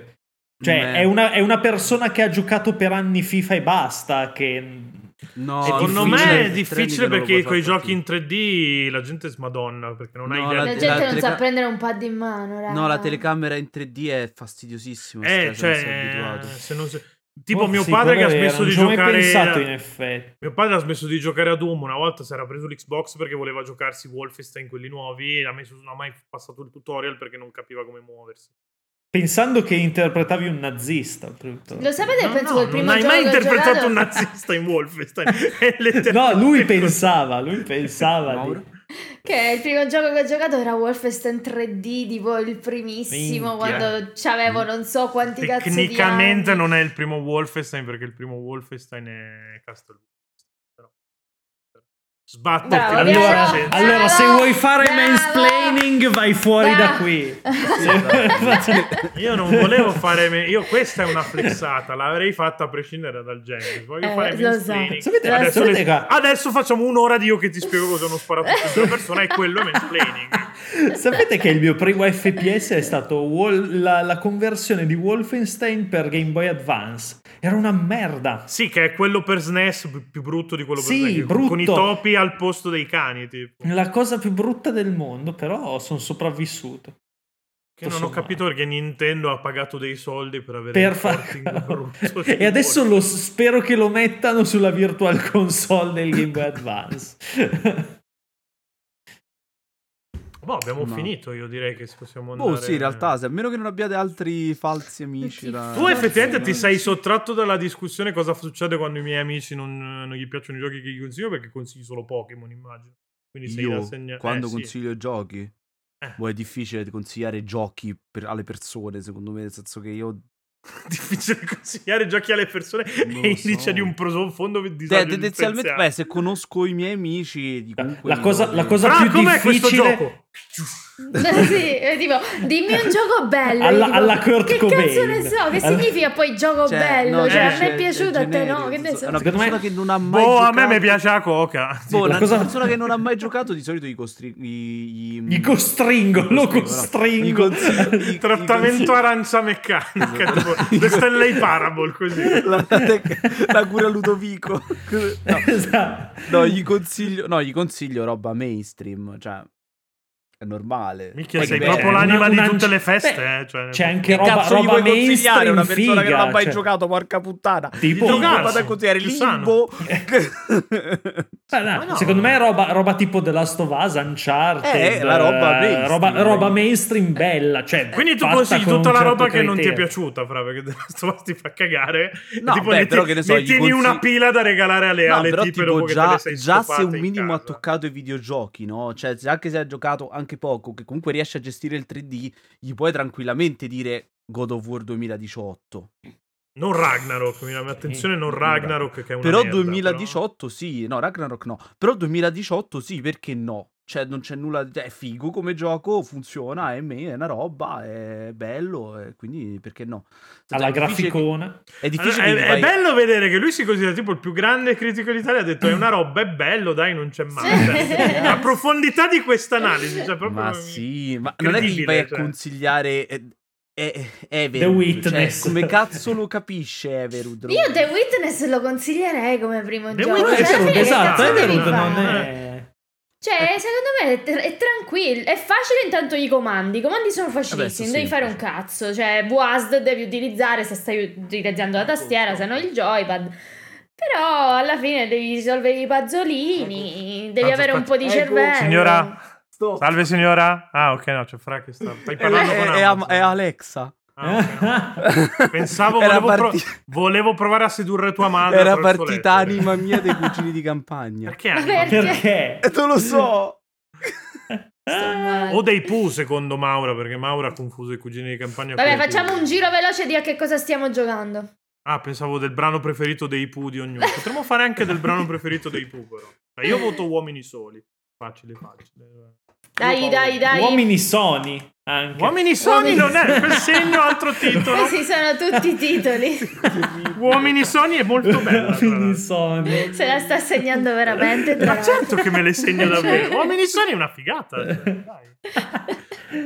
Cioè, Beh. è una, è una persona che ha giocato per anni FIFA e basta. Che... No, Secondo difficile, me è il difficile training non lo perché puoi con i far giochi in partire. 3D la gente smadonna perché non hai No, idea. la- La di- gente non teleca- sa prendere un pad in mano, raga. No, la telecamera in 3D è fastidiosissima. Eh, sta, cioè, non sei cioè, abituato. se non sei- tipo Oh, mio sì, padre che quello ha è vero, smesso di Non ci ho mai giocare pensato, in effetti. Mio padre ha smesso di giocare a Doom una volta, si era preso l'Xbox perché voleva giocarsi Wolfenstein quelli nuovi, e ha messo- non ha mai passato il tutorial perché non capiva come muoversi. Pensando che interpretavi un nazista. oltretutto. Lo sapete? No, penso no, che il primo non hai gioco mai che ho interpretato giocato- un nazista in *laughs* Wolfenstein. È letteralmente No, lui *laughs* così. pensava, lui *laughs* pensava. Mauro? di... Che il primo gioco che ho giocato era Wolfenstein 3D, tipo il primissimo, Minchia. quando c'avevo non so quanti cazzo di Tecnicamente anni. non è il primo Wolfenstein perché il primo Wolfenstein è Castle. Però... Sbatti Bravo, Allora, Bravo, allora, se bravo, vuoi fare bravo. mansplaining, vai fuori da Bravo. qui. *laughs* Io non volevo fare. me- Io questa è una flexata, l'avrei fatta a prescindere dal genere. Voglio Eh, fare lo mansplaining. so. Sapete- adesso, sapete le- qua- adesso facciamo un'ora di io che ti spiego cosa è uno sparatutto *laughs* di una persona e quello è mansplaining. Sapete che il mio primo FPS è stato Wol- la, la conversione di Wolfenstein per Game Boy Advance. Era una merda. Sì, che è quello per SNES più, più brutto di quello per Sì, SNES, con- con i brutto. topi al posto dei cani. Tipo. La cosa più brutta del mondo, però sono sopravvissuto. Che non ho Insomma. capito perché Nintendo ha pagato dei soldi per avere Per il far... *laughs* porting brutto di e adesso Wolfenstein. lo spero che lo mettano sulla Virtual Console del Game Boy Advance. Boh, abbiamo No. finito, io direi che possiamo andare. Oh, sì, in realtà, se a meno che non abbiate altri falsi amici. da- Tu effettivamente ti da- sei sottratto dalla discussione cosa succede quando i miei amici non, eh, non gli piacciono i giochi che gli consiglio perché consigli solo Pokémon, immagino. Quindi sei da Io, segna- quando eh, sì. Eh. consiglio giochi, boh, è difficile consigliare giochi per- alle persone, secondo me, nel senso che io... *laughs* difficile consigliare giochi alle persone Non e lo indice so. di un profondo disagio Te- tendenzialmente, esistenziale. beh, se conosco i miei amici... La cosa- la cosa Fra, più Ah, com'è questo difficile- gioco? *laughs* sì, è tipo, dimmi un gioco bello. Alla- Io dico, alla Kurt che cazzo Cobain. ne so? Che Alla- significa poi gioco bello? no, cioè, a eh, me cioè, è piaciuto, a te no. generico, Che ne so? È una Per me- persona che non ha mai Boh, a giocato. me mi piace la coca. Boh, La una cosa- persona che non ha mai giocato di solito gli costri... Gli, Gli costringo, lo Gli costringo. consiglio- gli- Il *laughs* trattamento arancia meccanica, tipo Esatto. The Stanley Parable, *laughs* così. La, la tec- la cura Ludovico. No, Esatto. no, gli consiglio, no, gli consiglio roba mainstream, cioè è normale. Minchia, Poi sei che- proprio cioè, l'anima una- di una- tutte le feste, beh, eh, cioè- c'è anche Che roba, cazzo gli roba puoi consigliare a mainstream una persona che non ha mai figa, cioè- giocato, porca puttana? Tipo- Gli Drogarsi, vado a consigliare più sano. *laughs* Limbo. Beh, no, Ma no. Secondo me è roba, roba tipo The Last of Us, Uncharted, Eh, la roba eh, mainstream, roba, dai. roba mainstream bella. Eh, Cioè, Eh. Quindi tu fatta consigli con un tutta la certo roba che non ti è criterio. piaciuta, fra, perché sto ti fa cagare. E No, tipo, beh, metti- però che ne so, gli mettini consigli- una pila da regalare alle, No, alle però tipe tipo dopo che te già, le sei già se stufate un in minimo ha casa. toccato i videogiochi, no? Cioè, se- anche se ha giocato anche poco, che comunque riesce a gestire il 3D, gli puoi tranquillamente dire God of War 2018. Non Ragnarok, mi- attenzione, non Ragnarok che è una però merda, 2018 sì, no, Ragnarok no. Però 2018 sì, perché no? Cioè, non c'è nulla. cioè, È figo come gioco, funziona, è, me- è una roba, è bello, e quindi perché no? Cioè, Alla è difficile che- graficona. È Allora, difficile. è, che è vai- bello vedere che lui si considera tipo il più grande critico d'Italia. Ha detto: È una roba, è bello, dai, non c'è male. Cioè, la profondità di quest'analisi, cioè, proprio Ma mi- sì, ma non è che gli incredibile, vai a cioè. consigliare. eh, eh, eh, Everud, The Witness. cioè, come cazzo lo capisce Everud? Io The Witness lo consiglierei come primo The gioco. Però Witness- Cioè, alla Everud, Everud, fine che esatto, cazzo devi Everud non fare? Eh. è... Ecco. Cioè, secondo me è, tr- è tranquillo, è facile intanto i comandi. I comandi sono facilissimi, Vabbè, devi sì, fare un sì. cazzo. Cioè, WASD devi utilizzare se stai utilizzando la Ah, tastiera, se no il joypad. Però alla fine devi risolvere i pazzolini, devi Tanto avere un po' di aspetta. Ecco, cervello. Signora, Stop. salve signora. Ah, ok, no, c'è Fra che sta. Stai È, parlando è- con Eh, è Amazon. Am- è Alexa. Eh. Ah, ok, no. Pensavo, Era volevo, pro- parti- volevo provare a sedurre tua madre. Era attraverso partita l'etere. anima mia dei cugini di campagna. Perché Ma anima? perché? *laughs* Perché? E te lo so. Insomma. O dei Pooh, secondo Maura, perché Maura ha confuso i cugini di campagna con Vabbè, i Pooh. facciamo un giro veloce di a che cosa stiamo giocando. Ah, pensavo del brano preferito dei Pooh di ognuno. Potremmo fare anche del brano preferito dei Pooh, però. Cioè, io voto Uomini Soli. Facile, facile. Dai, Io dai, dai. Uomini Sony, anche. Uomini Soli Uomini- Eh non è quel segno, *laughs* altro titolo. Questi sono tutti i *laughs* titoli. Uomini Soli è molto bello. Uomini Sony. Se la sta segnando veramente. tra Ma certo che me le segno Cioè- davvero. Uomini Soli è una figata. cioè, dai.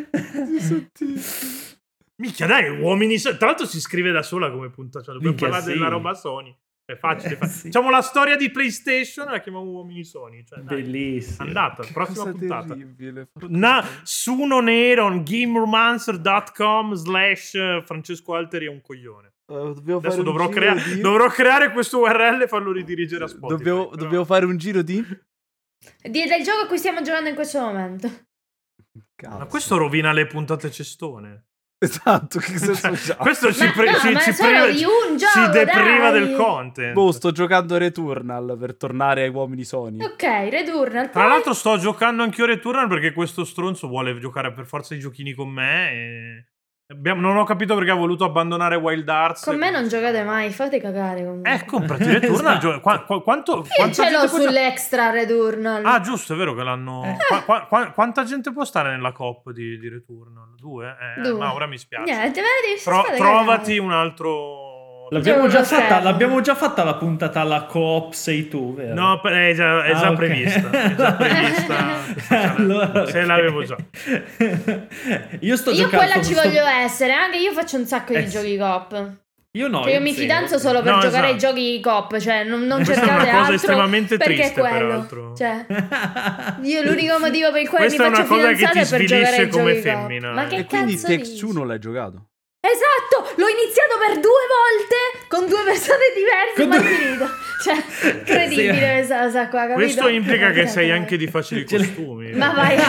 Minchia, dai, uomini. Soli. Tra l'altro, si scrive da sola come puntata. Cioè, dobbiamo Minchia, parlare sì. della roba Sony. È facile. Eh, fa- sì. Diciamo la storia di PlayStation e la chiamiamo Uomini Sony. Cioè, dai, Bellissimo. Andata, prossima Cosa puntata. terribile. Na, sunoneron, gameromancer.com slash eh, Francesco Alteri è un coglione. Eh, Dovevo Adesso fare un dovrò, giro crea- di- dovrò creare questo URL e farlo ridirigere a Spotify. Dobbiamo, però- dobbiamo fare un giro di. Di- del gioco a cui stiamo giocando in questo momento. Ma questo rovina le puntate cestone. Esatto, che senso Cioè, c'ha? questo ci, Ma pre- no, ci- ma ci solo priva- di un ci gioco, depriva dai! del content. Boh, sto giocando Returnal per tornare ai uomini Sony. Ok, Returnal. Tra poi- l'altro sto giocando anch'io Returnal perché questo stronzo vuole giocare per forza i giochini con me e... abbiamo- Non ho capito perché ha voluto abbandonare Wild Arts. con me non giocate mai, fate cagare con me. Eh, comprati Returnal. Esatto. gio- qua- qua- quanto, Io quanta ce l'ho gente può gio- sull'extra Returnal. Ah, giusto, è vero che Eh. l'hanno. Qua- qua- qua- quanta gente può stare nella COP di, di Returnal? Due? Eh, Due. ma ora mi spiace. Niente, vedi, Tro- fate trovati cagare. un altro. L'abbiamo già, Lo schermo. fatta, l'abbiamo già fatta la puntata alla coop sei tu, vero? No, per- è già, è Ah, già ok. prevista. È *laughs* già prevista. Allora, Se ok. l'avevo già. io sto Io giocando quella ci sto- voglio essere, anche io faccio un sacco Eh, di sì. giochi cop. Io no. Cioè, io mi zero. fidanzo solo per No, giocare ai esatto. giochi cop, cioè non, non Questa è cercate una cosa altro estremamente perché è triste, quello. peraltro. Cioè, io l'unico motivo per il quale Questa è mi faccio una cosa che ti fidanzare è per giocare ai svilisce come giochi femmina, cop. Ma che eh. E cazzo quindi dici? Tex 1 l'hai giocato. Esatto, l'ho iniziato per due volte con due persone diverse, Con ma è due- finito. *laughs* Cioè, incredibile Sì. questa cosa qua, capito? Questo implica che Porca sei *laughs* troia. anche di facili Ce l'hai- costumi. Ma vai a *laughs*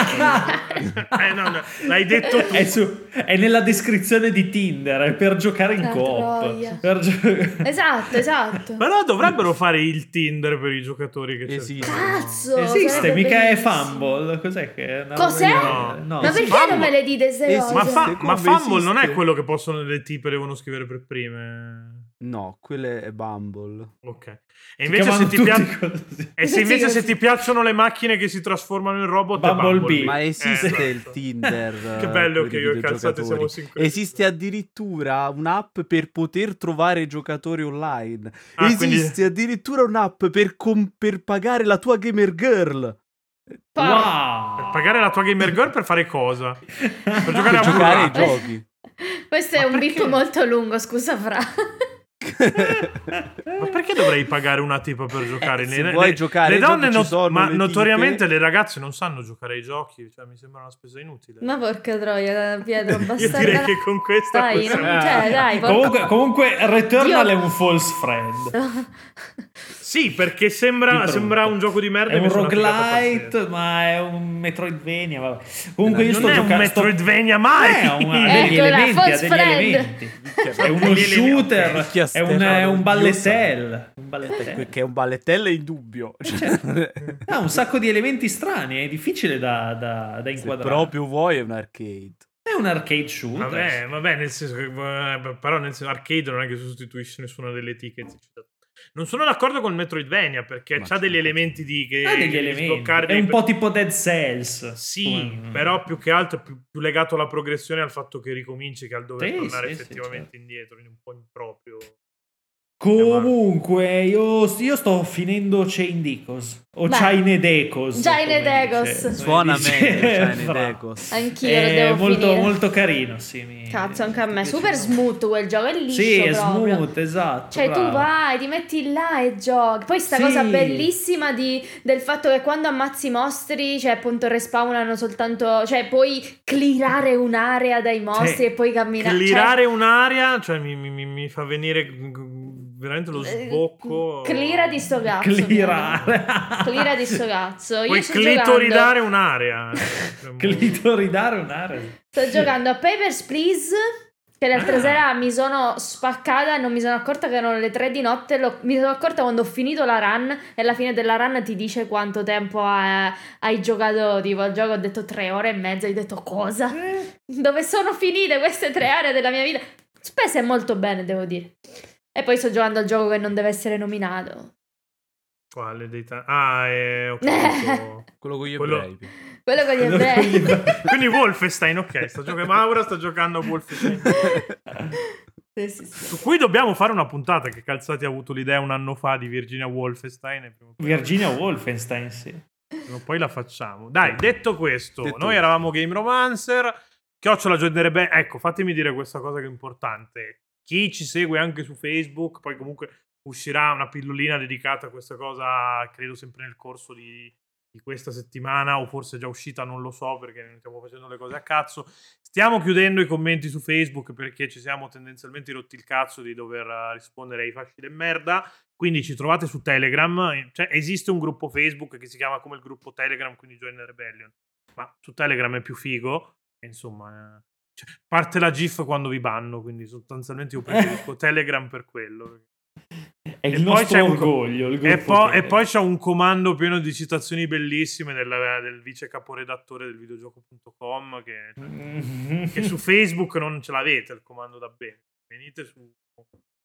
cagare. eh, no, no, *laughs* l'hai detto tu. È, su- è nella descrizione di Tinder, è per giocare in Ah, troia. coop. Per gio- Esatto, *laughs* esatto. Però dovrebbero fare il Tinder per i giocatori che Esiste. cercano. Cazzo, Esiste, sarebbe Eh, mica è bellissimo. Fumble. Cos'è che è? una Cos'è? roba del genere? No. Ma sì. perché Fumble. non me le dite se Eh, cose? Ma, fa- Esiste, ma come Fumble non è esiste. quello che possono le tipe devono scrivere per prime. No, quello è Bumble. Ok. E invece, se ti, pia- e se, invece Sì, se ti piacciono le macchine che si trasformano in robot, è Bumblebee. Bumblebee. Ma esiste Eh, il esatto. Tinder. *laughs* Che eh, bello per che i io e Calzate videogiocatori. siamo sincronizzati. Esiste addirittura un'app per poter trovare giocatori online. Ah, Esiste addirittura un'app per, com- per pagare la tua gamer girl. Porca- Per pagare la tua gamer girl per fare cosa? Per giocare Per a giocare ai Burrata. giochi. Questo è Ma un perché? bip molto lungo, scusa Fra. *laughs* Ma perché dovrei pagare una tipa per giocare? Eh, se vuoi giocare le ai donne giochi ci no- sono ma le notoriamente tipe. le ragazze non sanno giocare ai giochi, cioè mi sembra una spesa inutile. Ma porca troia, Pietro, Io basta. direi che con questa Dai, possiamo- non- cioè, dai, porca- comunque, comunque Returnal Dio. è un false friend. Sì, perché Di sembra, brutto. sembra un gioco di merda. È e mi un sono affidato a roguelite, ma è un Metroidvania. Vabbè. Comunque, pazienza. io sto Non è un giocando. sto- Metroidvania mai. *laughs* Eh, ha un- ha degli Eccola, elementi, ha Ecco false degli friend. elementi. È uno Degli elementi, Ecco. shooter, ok. è un, è un balletel. Un Que- balletel. Che è un ballettello *laughs* indubbio. Cioè, Ha un sacco di elementi strani, è difficile da, da, da se inquadrare. proprio vuoi è un arcade. È un arcade shooter. Vabbè, vabbè, nel senso che, eh, però nel senso, arcade non è che sostituisce nessuna delle etichette. Non sono d'accordo con Metroidvania perché Ma ha degli sì. elementi di che Ha degli di elementi. sbloccare È dei- un po' tipo Dead Cells. Sì, Mm. però più che altro è più, più legato alla progressione al fatto che ricominci che al dover Sì, tornare sì, sì, effettivamente certo. indietro, in un po' improprio. Comunque, io, io sto finendo Chain Decos. O Beh. Chain Decos. Chain come Decos. dice- come Suona dice *laughs* meglio, cioè, Fra. Nedekos. *laughs* Anch'io lo È devo molto, finire. molto carino, sì. mi- Cazzo, anche a me. mi Super Eh, piace. smooth quel gioco, è liscio Sì, è proprio. smooth, esatto. Cioè, tu bravo. vai, ti metti là e giochi. Poi sta Sì. cosa bellissima di- del fatto che quando ammazzi i mostri, cioè, appunto, respawnano soltanto. Cioè, puoi clearare un'area dai mostri Sì. e poi camminare. Clearare un'area, cioè mi, mi- mi- mi fa venire mm, veramente lo Eh, sbocco. Cleara di sto cazzo. mio. Clearare. Cleara di Cioè, sto cazzo. Puoi Io sto giocando, clitoridare *laughs* un'area. Cioè, *laughs* Clitoridare un'area. sto giocando a Papers, Please. Che l'altra Ah. sera mi sono spaccata e non mi sono accorta che erano le 3 di notte. l'ho- mi sono accorta quando ho finito la run. E alla fine della run ti dice quanto tempo ha- hai giocato. Tipo al gioco ho detto 3 ore e mezza. Hai detto cosa? Eh, Dove sono finite queste tre aree della mia vita? Spese molto bene, devo dire. E poi sto giocando al gioco che non deve essere nominato. Quale dei ta- Ah, eh, ho *laughs* capito. Quello con gli Quello- ebrei. Quello con gli Quello con gli ebrei. ebrei. Quindi Wolfenstein, ok, sta giocando Maura sta giocando a Wolfenstein. *laughs* Sì, sì, sì. *laughs* Su cui dobbiamo fare una puntata che Calzati ha avuto l'idea un anno fa di Virginia Wolfenstein e prima o poi- Virginia Wolfenstein, sì. Prima o poi la facciamo. Dai, detto questo, Detto noi questo. eravamo Game Romancer. Chiocciola Joy bene. Ecco, fatemi dire questa cosa che è importante. Chi ci segue anche su Facebook, poi comunque uscirà una pillolina dedicata a questa cosa, credo sempre nel corso di, di questa settimana, o forse è già uscita, non lo so, perché non stiamo facendo le cose a cazzo. Stiamo chiudendo i commenti su Facebook perché ci siamo tendenzialmente rotti il cazzo di dover eh, rispondere ai fasci del merda. Quindi ci trovate su Telegram, eh, cioè esiste un gruppo Facebook che si chiama come il gruppo Telegram, quindi Join the Rebellion, ma su Telegram è più figo, e insomma, eh, cioè, parte la GIF quando vi banno, quindi sostanzialmente io preferisco Telegram per quello. È il poi c'è nostro un co- orgoglio. il E, gruppo po- che- e poi c'è un comando pieno di citazioni bellissime della- del vice caporedattore del videogioco.com che Mhm. che su Facebook non ce l'avete il comando da bene. Venite su,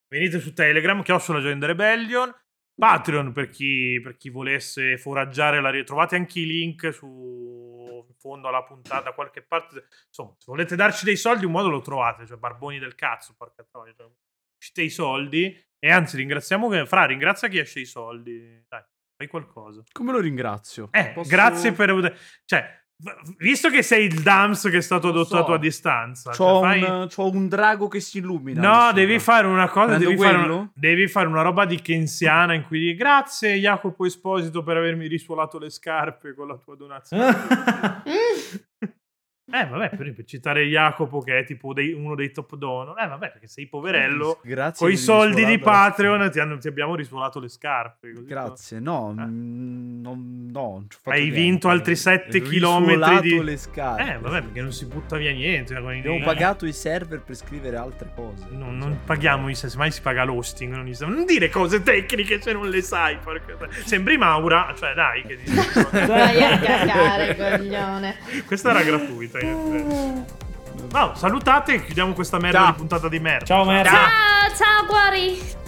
venite su Telegram, chiocciola Join the Rebellion, Patreon per chi, per chi volesse foraggiare la... re- Trovate anche i link su in fondo alla puntata, da qualche parte. Insomma, se volete darci dei soldi, un modo lo trovate, cioè barboni del cazzo, porca troia. cioè, uscite i soldi e anzi ringraziamo... che- Fra, ringrazia chi esce i soldi. Dai, fai qualcosa. Come lo ringrazio? Eh, Posso- grazie per... Cioè, v- visto che sei il DAMS che è stato Lo so. adottato a distanza, C'ho, cioè, fai- un, c'ho un drago che si illumina. No, là devi sopra. fare una cosa, Prendo devi fare una, quello? devi fare una roba di Kensiana in cui dici grazie Jacopo Esposito per avermi risuolato le scarpe con la tua donazione. Mm, eh vabbè, per, per citare Jacopo che è tipo dei- uno dei top donor, eh vabbè perché sei poverello, Grazie con i per il soldi di risuolato. Patreon ti, hanno- ti abbiamo risuolato le scarpe. così Grazie, no, Eh. mm, non- no, non ci ho fatto Hai niente. vinto altri 7 Risuolato km di... le scarpe. Eh vabbè perché non si butta via niente. cioè, quindi- Abbiamo pagato i server per scrivere altre cose. Non, non paghiamo i se mai si paga l'hosting. Non, non dire cose tecniche se non le sai. porca- Sembri Maura, cioè dai, che dici. *laughs* Vai a cagare, coglione. questa era gratuita. in effetti. No, eh. salutate e chiudiamo questa merda Ciao. di puntata di merda. Ciao Merda. Ciao, ciao, cuori.